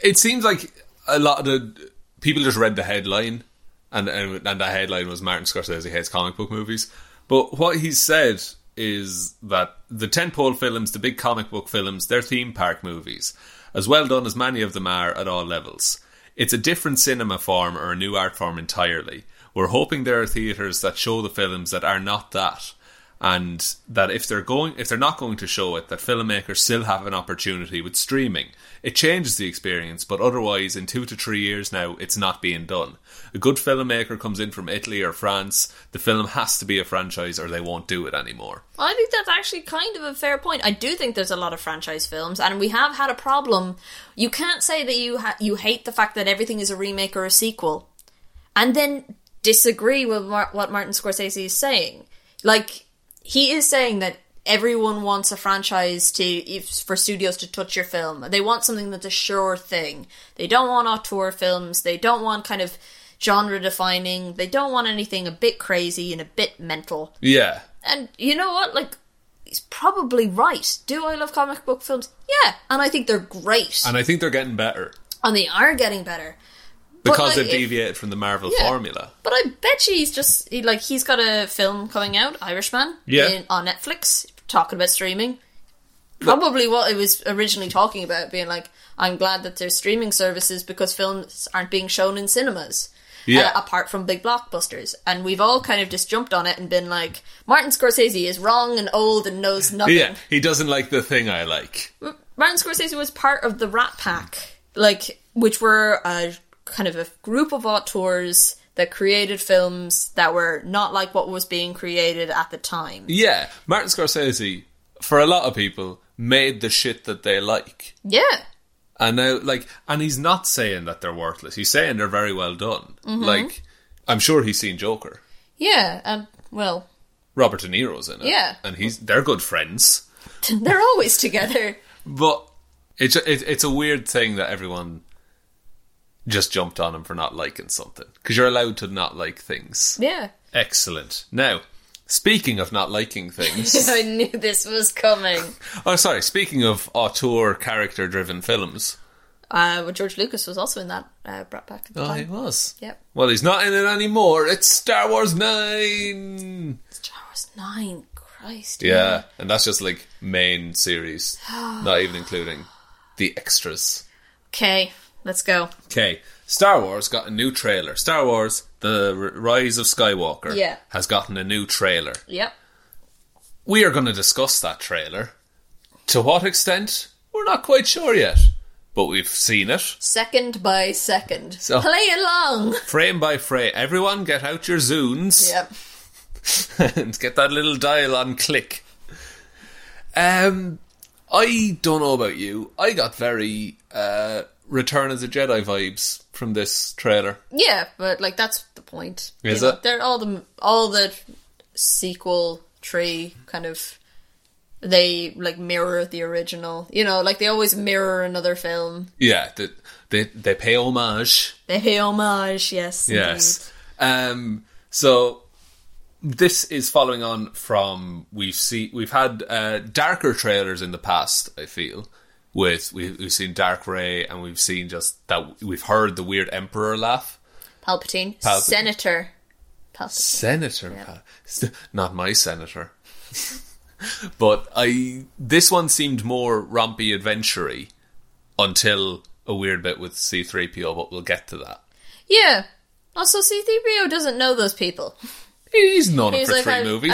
Speaker 1: it seems like a lot of the people just read the headline, and and, and the headline was Martin Scorsese hates comic book movies. But what he said is that the tentpole films, the big comic book films, they're theme park movies, as well done as many of them are at all levels. It's a different cinema form or a new art form entirely. We're hoping there are theaters that show the films that are not that and that if they're going if they're not going to show it that filmmakers still have an opportunity with streaming it changes the experience but otherwise in 2 to 3 years now it's not being done a good filmmaker comes in from Italy or France the film has to be a franchise or they won't do it anymore
Speaker 2: I think that's actually kind of a fair point. I do think there's a lot of franchise films, and we have had a problem. You can't say that you ha- you hate the fact that everything is a remake or a sequel, and then disagree with Mar- what Martin Scorsese is saying. like he is saying that everyone wants a franchise to if, for studios to touch your film. They want something that's a sure thing. They don't want auteur films. They don't want kind of genre defining. They don't want anything a bit crazy and a bit mental.
Speaker 1: Yeah.
Speaker 2: And you know what? Like he's probably right. Do I love comic book films? Yeah, and I think they're great.
Speaker 1: And I think they're getting better
Speaker 2: and they are getting better. But,
Speaker 1: because
Speaker 2: like,
Speaker 1: they've
Speaker 2: if-
Speaker 1: deviated from the Marvel
Speaker 2: Yeah.
Speaker 1: formula.
Speaker 2: But I bet you he's just he, like he's got a film coming out, Irishman,
Speaker 1: Yeah.
Speaker 2: in, on Netflix, talking about streaming. Probably what it was originally talking about, being like, I'm glad that there's streaming services because films aren't being shown in cinemas.
Speaker 1: Yeah.
Speaker 2: uh, apart from big blockbusters, and we've all kind of just jumped on it and been like, Martin Scorsese is wrong and old and knows nothing.
Speaker 1: Yeah, he doesn't like the thing I like.
Speaker 2: Martin Scorsese was part of the Rat Pack, like which were a kind of a group of auteurs that created films that were not like what was being created at the time.
Speaker 1: Yeah, Martin Scorsese, for a lot of people, made the shit that they like.
Speaker 2: Yeah.
Speaker 1: And now, like, and he's not saying that they're worthless. He's saying they're very well done.
Speaker 2: Mm-hmm.
Speaker 1: Like, I'm sure he's seen Joker.
Speaker 2: Yeah, and well,
Speaker 1: Robert De Niro's in it.
Speaker 2: Yeah.
Speaker 1: and he's they're good friends.
Speaker 2: they're always together.
Speaker 1: But it's it, it's a weird thing that everyone just jumped on him for not liking something because you're allowed to not like things.
Speaker 2: Yeah.
Speaker 1: Excellent. Now, speaking of not liking things.
Speaker 2: I knew this was coming.
Speaker 1: Oh, sorry. Speaking of auteur character-driven films,
Speaker 2: Uh, well, George Lucas was also in that uh, Rat Pack at the
Speaker 1: oh, he
Speaker 2: time.
Speaker 1: was.
Speaker 2: Yep.
Speaker 1: Well, he's not in it anymore. It's Star Wars Nine.
Speaker 2: Star Wars 9, Christ.
Speaker 1: Yeah, and that's just like main series, not even including the extras.
Speaker 2: Okay, let's go.
Speaker 1: Okay, Star Wars got a new trailer. Star Wars: The R- Rise of Skywalker
Speaker 2: Yeah.
Speaker 1: has gotten a new trailer.
Speaker 2: Yep.
Speaker 1: We are going to discuss that trailer. To what extent? We're not quite sure yet, but we've seen it.
Speaker 2: Second by second.
Speaker 1: So-
Speaker 2: Play along.
Speaker 1: frame by frame. Everyone, get out your zoons
Speaker 2: Yep.
Speaker 1: and get that little dial on click. Um, I don't know about you. I got very uh, Return of the Jedi vibes from this trailer.
Speaker 2: Yeah, but like that's the point.
Speaker 1: Is
Speaker 2: You know,
Speaker 1: it?
Speaker 2: They're all the all the sequel tree kind of they like mirror the original. You know, like they always mirror another film.
Speaker 1: Yeah, the, they they pay homage.
Speaker 2: They pay homage. Yes. indeed.
Speaker 1: Yes. Um. So this is following on from we've seen we've had uh, darker trailers in the past. I feel with we, we've seen Dark Ray and we've seen just that we've heard the weird Emperor laugh.
Speaker 2: Palpatine,
Speaker 1: Palpa-
Speaker 2: Senator. Palpatine.
Speaker 1: Senator, Pat. S- not my senator. but I this one seemed more rompy adventury until a weird bit with C three PO. But we'll get to that.
Speaker 2: Yeah. Also, C-3PO doesn't know those people.
Speaker 1: He's known it
Speaker 2: He's
Speaker 1: for
Speaker 2: like,
Speaker 1: three
Speaker 2: I've,
Speaker 1: movies.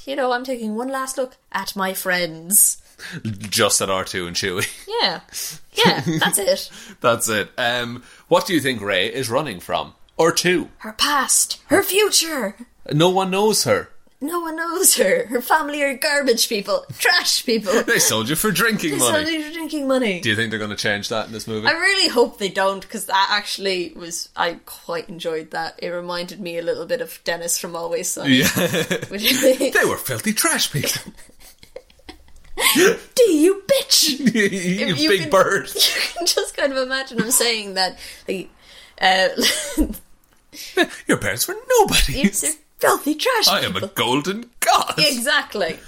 Speaker 2: I've t- you know, I'm taking one last look at my friends.
Speaker 1: just at R2 and Chewie.
Speaker 2: Yeah, yeah, that's it.
Speaker 1: That's it. Um, what do you think Ray is running from? Or to?
Speaker 2: Her past, her future.
Speaker 1: No one knows her.
Speaker 2: No one knows her. Her family are garbage people, trash people.
Speaker 1: They sold you for drinking
Speaker 2: They
Speaker 1: money.
Speaker 2: sell you drinking money.
Speaker 1: do you think they're going to change that in this movie?
Speaker 2: I really hope they don't, because that actually was. I quite enjoyed that. It reminded me a little bit of Dennis from Always Sunny. Yeah.
Speaker 1: they were filthy trash people.
Speaker 2: Do you bitch?
Speaker 1: you
Speaker 2: you
Speaker 1: big
Speaker 2: can-
Speaker 1: bird.
Speaker 2: You can just kind of imagine him saying that. Like, uh,
Speaker 1: Your parents were nobody.
Speaker 2: you're filthy trash.
Speaker 1: I am a
Speaker 2: people.
Speaker 1: golden god.
Speaker 2: Exactly.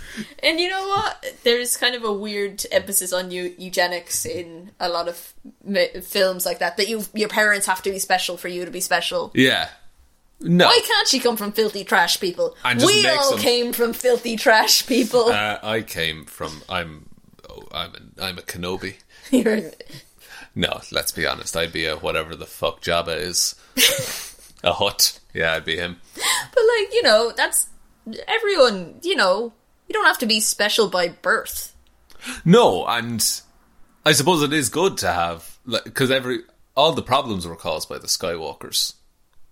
Speaker 2: And you know what? There's kind of a weird emphasis on eu- eugenics in a lot of m- films like that. That you, your parents have to be special for you to be special.
Speaker 1: Yeah. No.
Speaker 2: Why can't she come from filthy trash people?
Speaker 1: And just
Speaker 2: We
Speaker 1: make
Speaker 2: all
Speaker 1: some-
Speaker 2: came from filthy trash people.
Speaker 1: uh, I came from. I'm. Oh, I'm. A, I'm a Kenobi.
Speaker 2: You're-
Speaker 1: No, let's be honest. I'd be a whatever the fuck Jabba is. a hut. Yeah, I'd be him.
Speaker 2: but like you know, that's everyone. You know, you don't have to be special by birth.
Speaker 1: No, and I suppose it is good to have because every all the problems were caused by the Skywalkers.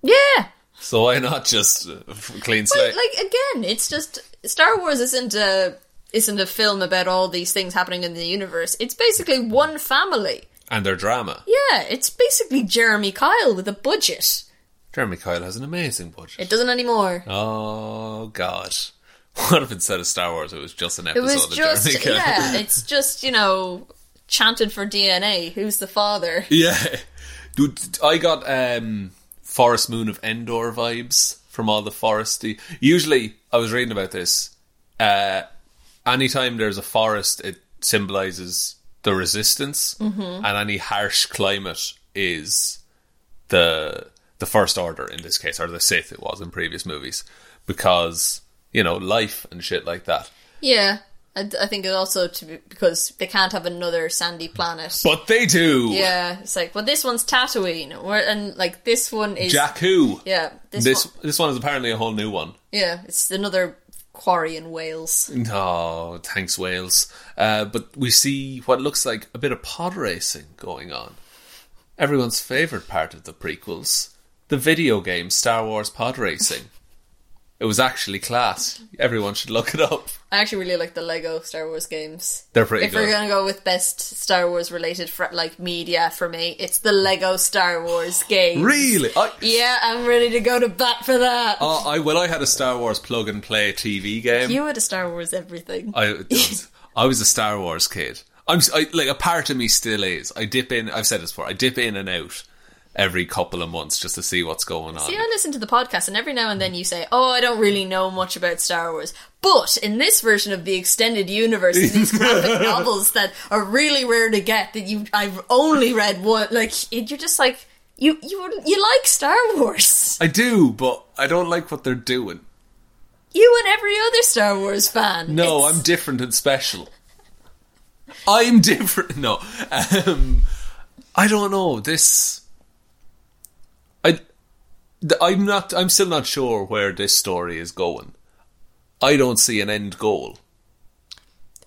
Speaker 2: Yeah.
Speaker 1: So why not just uh, f- clean
Speaker 2: But
Speaker 1: slate?
Speaker 2: like again, it's just Star Wars isn't a isn't a film about all these things happening in the universe. It's basically one family.
Speaker 1: and their drama.
Speaker 2: Yeah, it's basically Jeremy Kyle with a budget.
Speaker 1: Jeremy Kyle has an amazing budget.
Speaker 2: It doesn't anymore.
Speaker 1: Oh God. What if instead of Star Wars, it was just an
Speaker 2: It
Speaker 1: episode
Speaker 2: was
Speaker 1: of Jeremy
Speaker 2: just
Speaker 1: Kyle?
Speaker 2: yeah, it's just you know chanted for DNA. Who's the father?
Speaker 1: Yeah. Dude, I got um, Forest Moon of Endor vibes from all the foresty. Usually, I was reading about this. Uh, anytime there's a forest, it symbolizes the resistance,
Speaker 2: Mm-hmm.
Speaker 1: and any harsh climate is the the First Order in this case, or the Sith it was in previous movies, because you know life and shit like that.
Speaker 2: Yeah, I, I think it also to be, because they can't have another sandy planet.
Speaker 1: But they do.
Speaker 2: yeah, it's like well, this one's Tatooine, or, and like this one is
Speaker 1: Jakku.
Speaker 2: Yeah, this,
Speaker 1: This
Speaker 2: one,
Speaker 1: this one is apparently a whole new one.
Speaker 2: yeah, it's another quarry in Wales.
Speaker 1: Oh, thanks, Wales. Uh, but we see what looks like a bit of pod racing going on. Everyone's favourite part of the prequels the video game Star Wars Pod Racing. It was actually class. Everyone should look it up.
Speaker 2: I actually really like the Lego Star Wars games.
Speaker 1: They're pretty
Speaker 2: if
Speaker 1: good.
Speaker 2: we're gonna go with best Star Wars related fr- like media for me, it's the Lego Star Wars games.
Speaker 1: Really? I,
Speaker 2: Yeah, I'm ready to go to bat for that.
Speaker 1: Oh, I, well, I had a Star Wars plug and play TV game.
Speaker 2: you had a Star Wars everything.
Speaker 1: I, I was a Star Wars kid. I'm s- I- like a part of me still is. I dip in. I've said this before. I dip in and out every couple of months just to see what's going on.
Speaker 2: See, I listen to the podcast, and every now and then you say, "Oh, I don't really know much about Star Wars," but in this version of the extended universe, these graphic novels that are really rare to get that you I've only read one. Like it- you're just like you you you like Star Wars.
Speaker 1: I do, but I don't like what they're doing.
Speaker 2: You and every other Star Wars fan.
Speaker 1: No,
Speaker 2: It's-
Speaker 1: I'm different and special. I'm different. No, um, I don't know this. I, th- I'm not. I'm still not sure where this story is going. I don't see an end goal.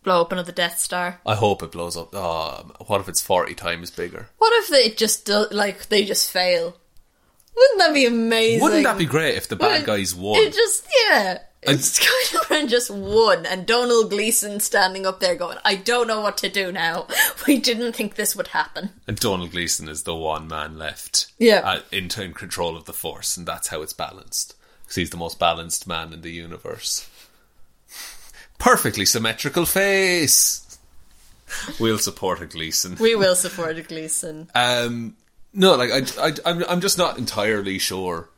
Speaker 2: blow up another Death Star.
Speaker 1: I hope it blows up. Oh, what if it's forty times bigger?
Speaker 2: What if they just do, like they just fail? Wouldn't that be amazing?
Speaker 1: Wouldn't that be great if the bad
Speaker 2: It-
Speaker 1: guys won?
Speaker 2: It just yeah.
Speaker 1: I-
Speaker 2: It's Kylo Ren just won, and Donald Gleason standing up there going, "I don't know what to do now. We didn't think this would happen."
Speaker 1: and Donald Gleason is the one man left.
Speaker 2: Yeah.
Speaker 1: uh, in turn control of the Force, and that's how it's balanced because he's the most balanced man in the universe. Perfectly symmetrical face. We'll support a Gleason.
Speaker 2: We will support a Gleason.
Speaker 1: Um, no, like I, I, I'm, I'm just not entirely sure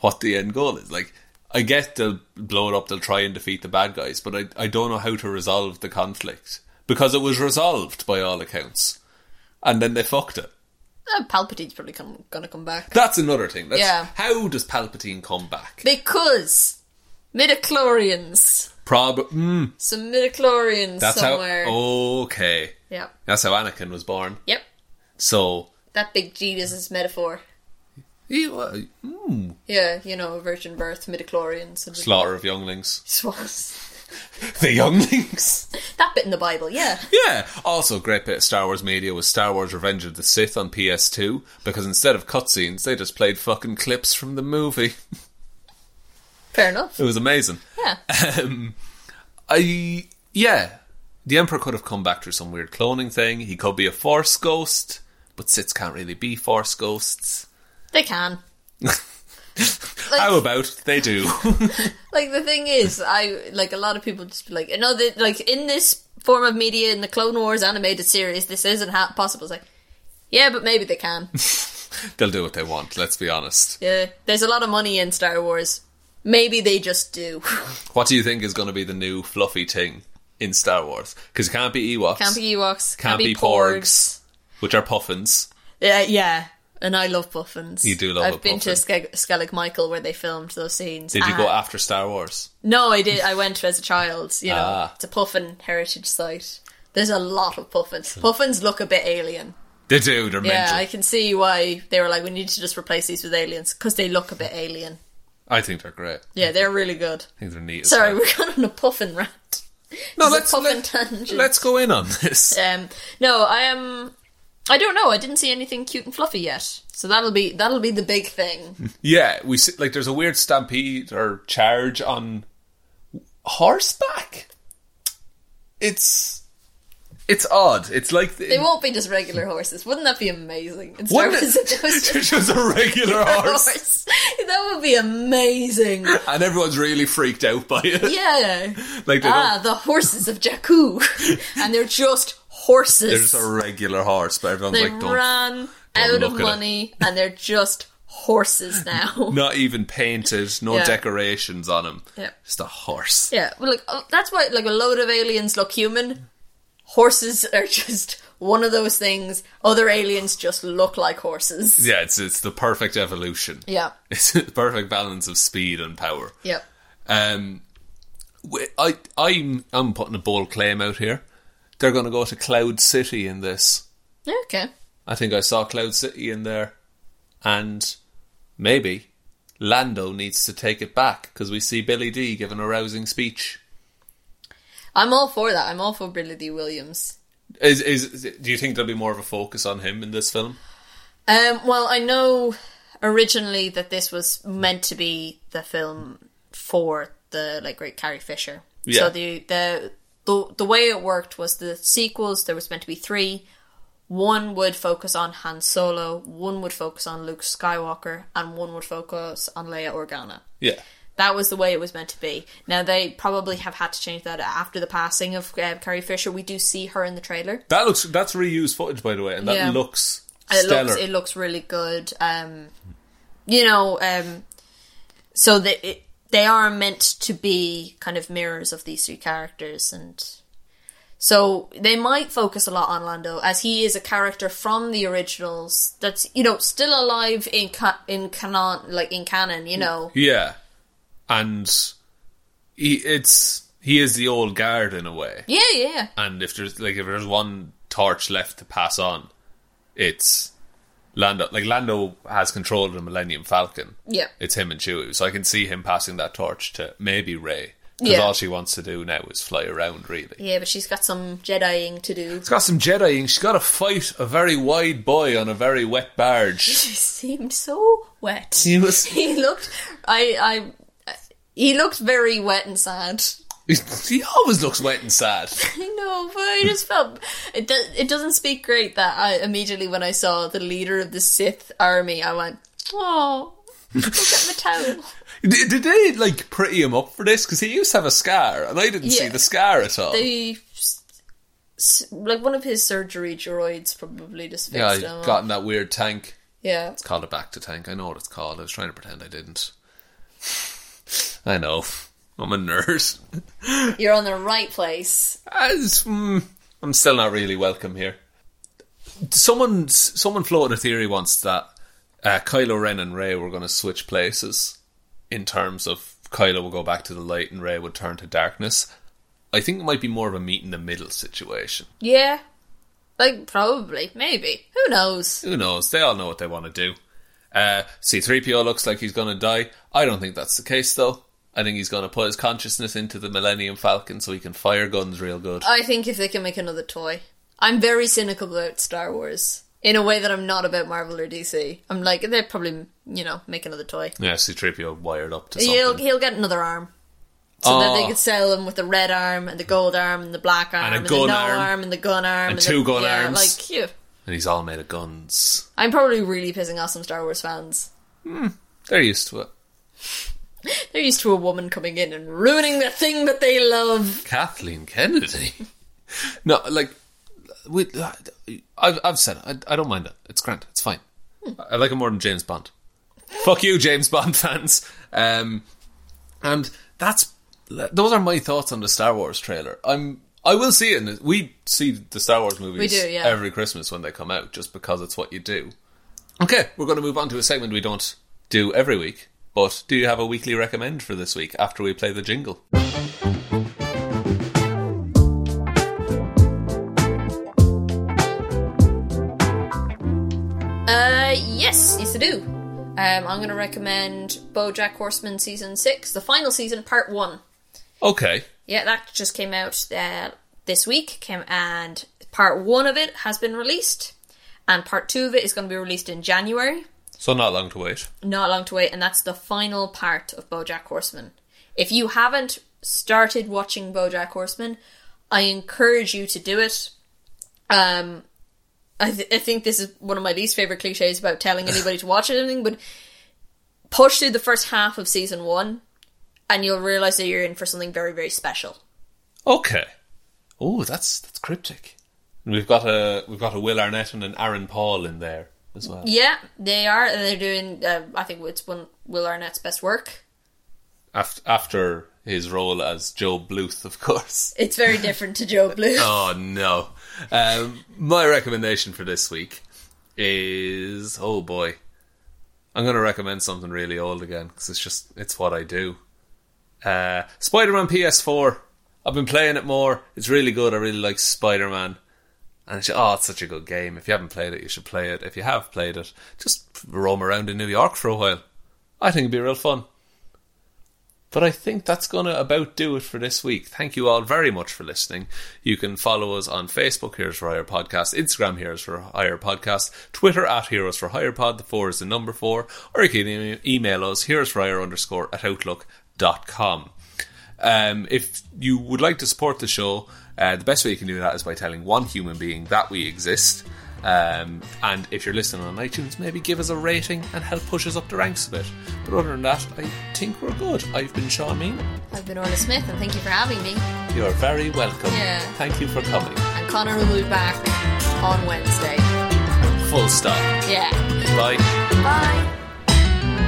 Speaker 1: what the end goal is. Like, I get they'll blow it up, they'll try and defeat the bad guys, but I, I don't know how to resolve the conflict because it was resolved by all accounts, and then they fucked it.
Speaker 2: Uh, Palpatine's probably come, gonna come back
Speaker 1: That's another thing. That's,
Speaker 2: Yeah.
Speaker 1: How does Palpatine come back?
Speaker 2: because midichlorians,
Speaker 1: Prob. Mm,
Speaker 2: some midichlorians
Speaker 1: that's
Speaker 2: somewhere.
Speaker 1: how. Okay.
Speaker 2: Yep,
Speaker 1: That's how Anakin was born.
Speaker 2: yep.
Speaker 1: So
Speaker 2: That big genius's metaphor.
Speaker 1: he wa- mm,
Speaker 2: Yeah, you know, virgin birth, midichlorians, and
Speaker 1: slaughter of younglings.
Speaker 2: swans.
Speaker 1: the younglings.
Speaker 2: That bit in the Bible, yeah.
Speaker 1: Yeah. Also, great bit of Star Wars media was Star Wars Revenge of the Sith on PS2 because instead of cutscenes, they just played fucking clips from the movie.
Speaker 2: Fair enough.
Speaker 1: It was amazing.
Speaker 2: Yeah.
Speaker 1: Um, I yeah, the Emperor could have come back through some weird cloning thing. He could be a Force ghost, but Siths can't really be Force ghosts.
Speaker 2: They can. Like-
Speaker 1: How about they do?
Speaker 2: Like the thing is, I like a lot of people just be like, you know, that like in this form of media in the Clone Wars animated series, this isn't ha- possible. It's like, yeah, but maybe they can.
Speaker 1: They'll do what they want. Let's be honest.
Speaker 2: yeah, there's a lot of money in Star Wars. Maybe they just do.
Speaker 1: What do you think is going to be the new fluffy thing in Star Wars? Because it can't be Ewoks,
Speaker 2: Can't be Ewoks. Can't,
Speaker 1: Can't
Speaker 2: be,
Speaker 1: be
Speaker 2: Porgs.
Speaker 1: which are puffins.
Speaker 2: Yeah, yeah. And I love puffins.
Speaker 1: You do love
Speaker 2: I've
Speaker 1: a
Speaker 2: been to
Speaker 1: puffin.
Speaker 2: Ske- Skellig Michael where they filmed those scenes.
Speaker 1: Did you go
Speaker 2: and-
Speaker 1: after Star Wars?
Speaker 2: No, I did. I went as a child. You know,
Speaker 1: Ah.
Speaker 2: it's a puffin heritage site. There's a lot of puffins. Puffins look a bit alien.
Speaker 1: They do. They're
Speaker 2: Yeah,
Speaker 1: mental.
Speaker 2: I can see why they were like, we need to just replace these with aliens because they look a bit alien.
Speaker 1: I think they're great. I
Speaker 2: Yeah, they're really good.
Speaker 1: think they're neat. as
Speaker 2: Sorry,
Speaker 1: hell.
Speaker 2: we're going on a puffin rant.
Speaker 1: no.
Speaker 2: it's a
Speaker 1: Let's
Speaker 2: puffin
Speaker 1: let,
Speaker 2: tangent.
Speaker 1: let's go in on this.
Speaker 2: Um, no, I am. I don't know. I didn't see anything cute and fluffy yet, so that'll be that'll be the big thing.
Speaker 1: Yeah, we see, like there's a weird stampede or charge on horseback. It's it's odd. It's like the,
Speaker 2: They won't be just regular horses. Wouldn't that be amazing? In Star
Speaker 1: Wouldn't it-
Speaker 2: Wars, it was just
Speaker 1: just a regular horse.
Speaker 2: horse. that would be amazing.
Speaker 1: and everyone's really freaked out by it.
Speaker 2: Yeah.
Speaker 1: Like they
Speaker 2: ah,
Speaker 1: don't,
Speaker 2: the horses of Jakku, and they're just horses.
Speaker 1: they're just a regular horse, but everyone's
Speaker 2: they
Speaker 1: like, don't.
Speaker 2: ran
Speaker 1: don't
Speaker 2: out of
Speaker 1: look at it.
Speaker 2: money, and they're just horses now.
Speaker 1: Not even painted, no
Speaker 2: Yeah.
Speaker 1: decorations on him.
Speaker 2: Yeah.
Speaker 1: Just a horse.
Speaker 2: Yeah, well, like uh, that's why like a load of aliens look human. Horses are just one of those things. Other aliens just look like horses.
Speaker 1: Yeah, it's it's the perfect evolution.
Speaker 2: Yeah.
Speaker 1: It's the perfect balance of speed and power.
Speaker 2: Yep.
Speaker 1: Um, wi- I I'm I'm putting a bold claim out here. They're going to go to Cloud City in this.
Speaker 2: Yeah, okay.
Speaker 1: I think I saw Cloud City in there, and maybe Lando needs to take it back because we see Billy D giving a rousing speech.
Speaker 2: I'm all for that. I'm all for Billy D. Williams.
Speaker 1: Is, is do you think there'll be more of a focus on him in this film?
Speaker 2: Um, well, I know originally that this was meant to be the film for the like great Carrie Fisher.
Speaker 1: Yeah.
Speaker 2: So the the the the way it worked was the sequels. There was meant to be three. One would focus on Han Solo, one would focus on Luke Skywalker, and one would focus on Leia Organa.
Speaker 1: Yeah,
Speaker 2: That was the way it was meant to be. Now they probably have had to change that after the passing of uh, Carrie Fisher. We do see her in the trailer.
Speaker 1: that looks that's reused footage by the way, and that
Speaker 2: Yeah.
Speaker 1: looks
Speaker 2: it
Speaker 1: stellar.
Speaker 2: looks it looks really good um you know um so that it, they are meant to be kind of mirrors of these three characters and so they might focus a lot on Lando as he is a character from the originals that's you know still alive in ca- in canon like in canon you know
Speaker 1: yeah, and he it's he is the old guard in a way.
Speaker 2: yeah yeah
Speaker 1: and if there's like if there's one torch left to pass on, it's Lando. Like Lando has control of the Millennium Falcon.
Speaker 2: yeah
Speaker 1: It's him and Chewie, so I can see him passing that torch to maybe Ray because
Speaker 2: Yeah.
Speaker 1: all she wants to do now is fly around. Really,
Speaker 2: yeah but she's got some jediing to do
Speaker 1: she's got some Jediing. She's got to fight a very wide boy on a very wet barge.
Speaker 2: she seemed so wet
Speaker 1: He was
Speaker 2: he looked I I he looked very wet and sad.
Speaker 1: he always looks wet and sad.
Speaker 2: I know, but I just felt it. Do, it doesn't speak great that I immediately when I saw the leader of the Sith army, I went, "Oh, look at my towel."
Speaker 1: Did, did they like pretty him up for this? Because he used to have a scar, and I didn't see
Speaker 2: Yeah.
Speaker 1: the scar at all.
Speaker 2: They s- s- like one of his surgery droids probably just
Speaker 1: yeah,
Speaker 2: fixed
Speaker 1: I
Speaker 2: him.
Speaker 1: got
Speaker 2: up.
Speaker 1: in that weird tank.
Speaker 2: Yeah,
Speaker 1: It's called a back to tank. I know what it's called. I was trying to pretend I didn't. I know. I'm a nerd.
Speaker 2: you're on the right place.
Speaker 1: I just- mm, I'm still not really welcome here. Someone, someone floated a theory once that uh, Kylo Ren and Rey were going to switch places in terms of Kylo would go back to the light and Rey would turn to darkness. I think it might be more of a meet in the middle situation.
Speaker 2: Yeah, like probably, maybe, who knows?
Speaker 1: Who knows? They all know what they want to do. Uh, C3PO looks like he's going to die. I don't think that's the case, though. I think he's going to put his consciousness into the Millennium Falcon so he can fire guns real good.
Speaker 2: I think if they can make another toy, I'm very cynical about Star Wars in a way that I'm not about Marvel or DC. I'm like they'll probably you know make another toy.
Speaker 1: yeah, C3PO wired up to
Speaker 2: He'll
Speaker 1: something.
Speaker 2: he'll get another arm, so that they
Speaker 1: Oh.
Speaker 2: could sell him with the red arm and the gold arm and the black arm
Speaker 1: And a
Speaker 2: the
Speaker 1: gun
Speaker 2: no
Speaker 1: arm.
Speaker 2: and the gun arm
Speaker 1: And
Speaker 2: the-
Speaker 1: two gun
Speaker 2: yeah,
Speaker 1: arms.
Speaker 2: Like yeah.
Speaker 1: And he's all made of guns. Hmm.
Speaker 2: I'm probably really pissing off some Star Wars fans.
Speaker 1: They're used to it.
Speaker 2: They're used to a woman coming in and ruining the thing that they love.
Speaker 1: Kathleen Kennedy. no, like, we, I've, I've said it. I, I don't mind it. It's grand. It's fine.
Speaker 2: Hmm.
Speaker 1: I like it more than James Bond. Fuck you, James Bond fans. Um, and that's those are my thoughts on the Star Wars trailer. I'm I will see it. In, we see the Star Wars movies
Speaker 2: We do, yeah.
Speaker 1: every Christmas when they come out, just because it's what you do. Okay, we're going to move on to a segment we don't do every week. But do you have a weekly recommend for this week after we play the jingle?
Speaker 2: Uh, yes, yes I do. Um, I'm going to recommend BoJack Horseman season six, the final season, part one.
Speaker 1: Okay.
Speaker 2: Yeah, that just came out uh, this week. Came and part one of it has been released, and part two of it is going to be released in January.
Speaker 1: So not long to wait.
Speaker 2: Not long to wait, and that's the final part of BoJack Horseman. If you haven't started watching BoJack Horseman, I encourage you to do it. Um, I, th- I think this is one of my least favorite cliches about telling anybody to watch anything, but push through the first half of season one, and you'll realize that you're in for something very, very special.
Speaker 1: Okay. Oh, that's that's cryptic. And we've got a we've got a Will Arnett and an Aaron Paul in there as well.
Speaker 2: Yeah, they are. and They're doing. Uh, I think it's one Will Arnett's best work.
Speaker 1: After after his role as Joe Bluth, of course.
Speaker 2: It's very different to Joe Blue.
Speaker 1: Oh no. Um, my recommendation for this week is oh boy, I'm going to recommend something really old again because it's just it's what I do. Uh, Spider-Man PS4. I've been playing it more. It's really good. I really like Spider-Man. And it's, oh, it's such a good game. If you haven't played it, you should play it. If you have played it, just roam around in New York for a while. I think it'd be real fun. But I think that's going to about do it for this week. Thank you all very much for listening. You can follow us on Facebook, Heroes for Hire Podcast, Instagram, Heroes for Hire Podcast, Twitter, at Heroes for Hire Pod, the four is the number four, or you can e- email us, Heroes for Hire underscore at outlook.com. Um, if you would like to support the show, uh, the best way you can do that is by telling one human being that we exist. Um, and if you're listening on iTunes, maybe give us a rating and help push us up the ranks a bit. But other than that, I think we're good. I've been Sean Mean.
Speaker 2: I've been Orla Smith, and thank you for having me.
Speaker 1: You're very welcome.
Speaker 2: Yeah.
Speaker 1: Thank you for coming.
Speaker 2: And Connor will be back on Wednesday.
Speaker 1: Full stop.
Speaker 2: Yeah.
Speaker 1: Bye.
Speaker 2: Bye.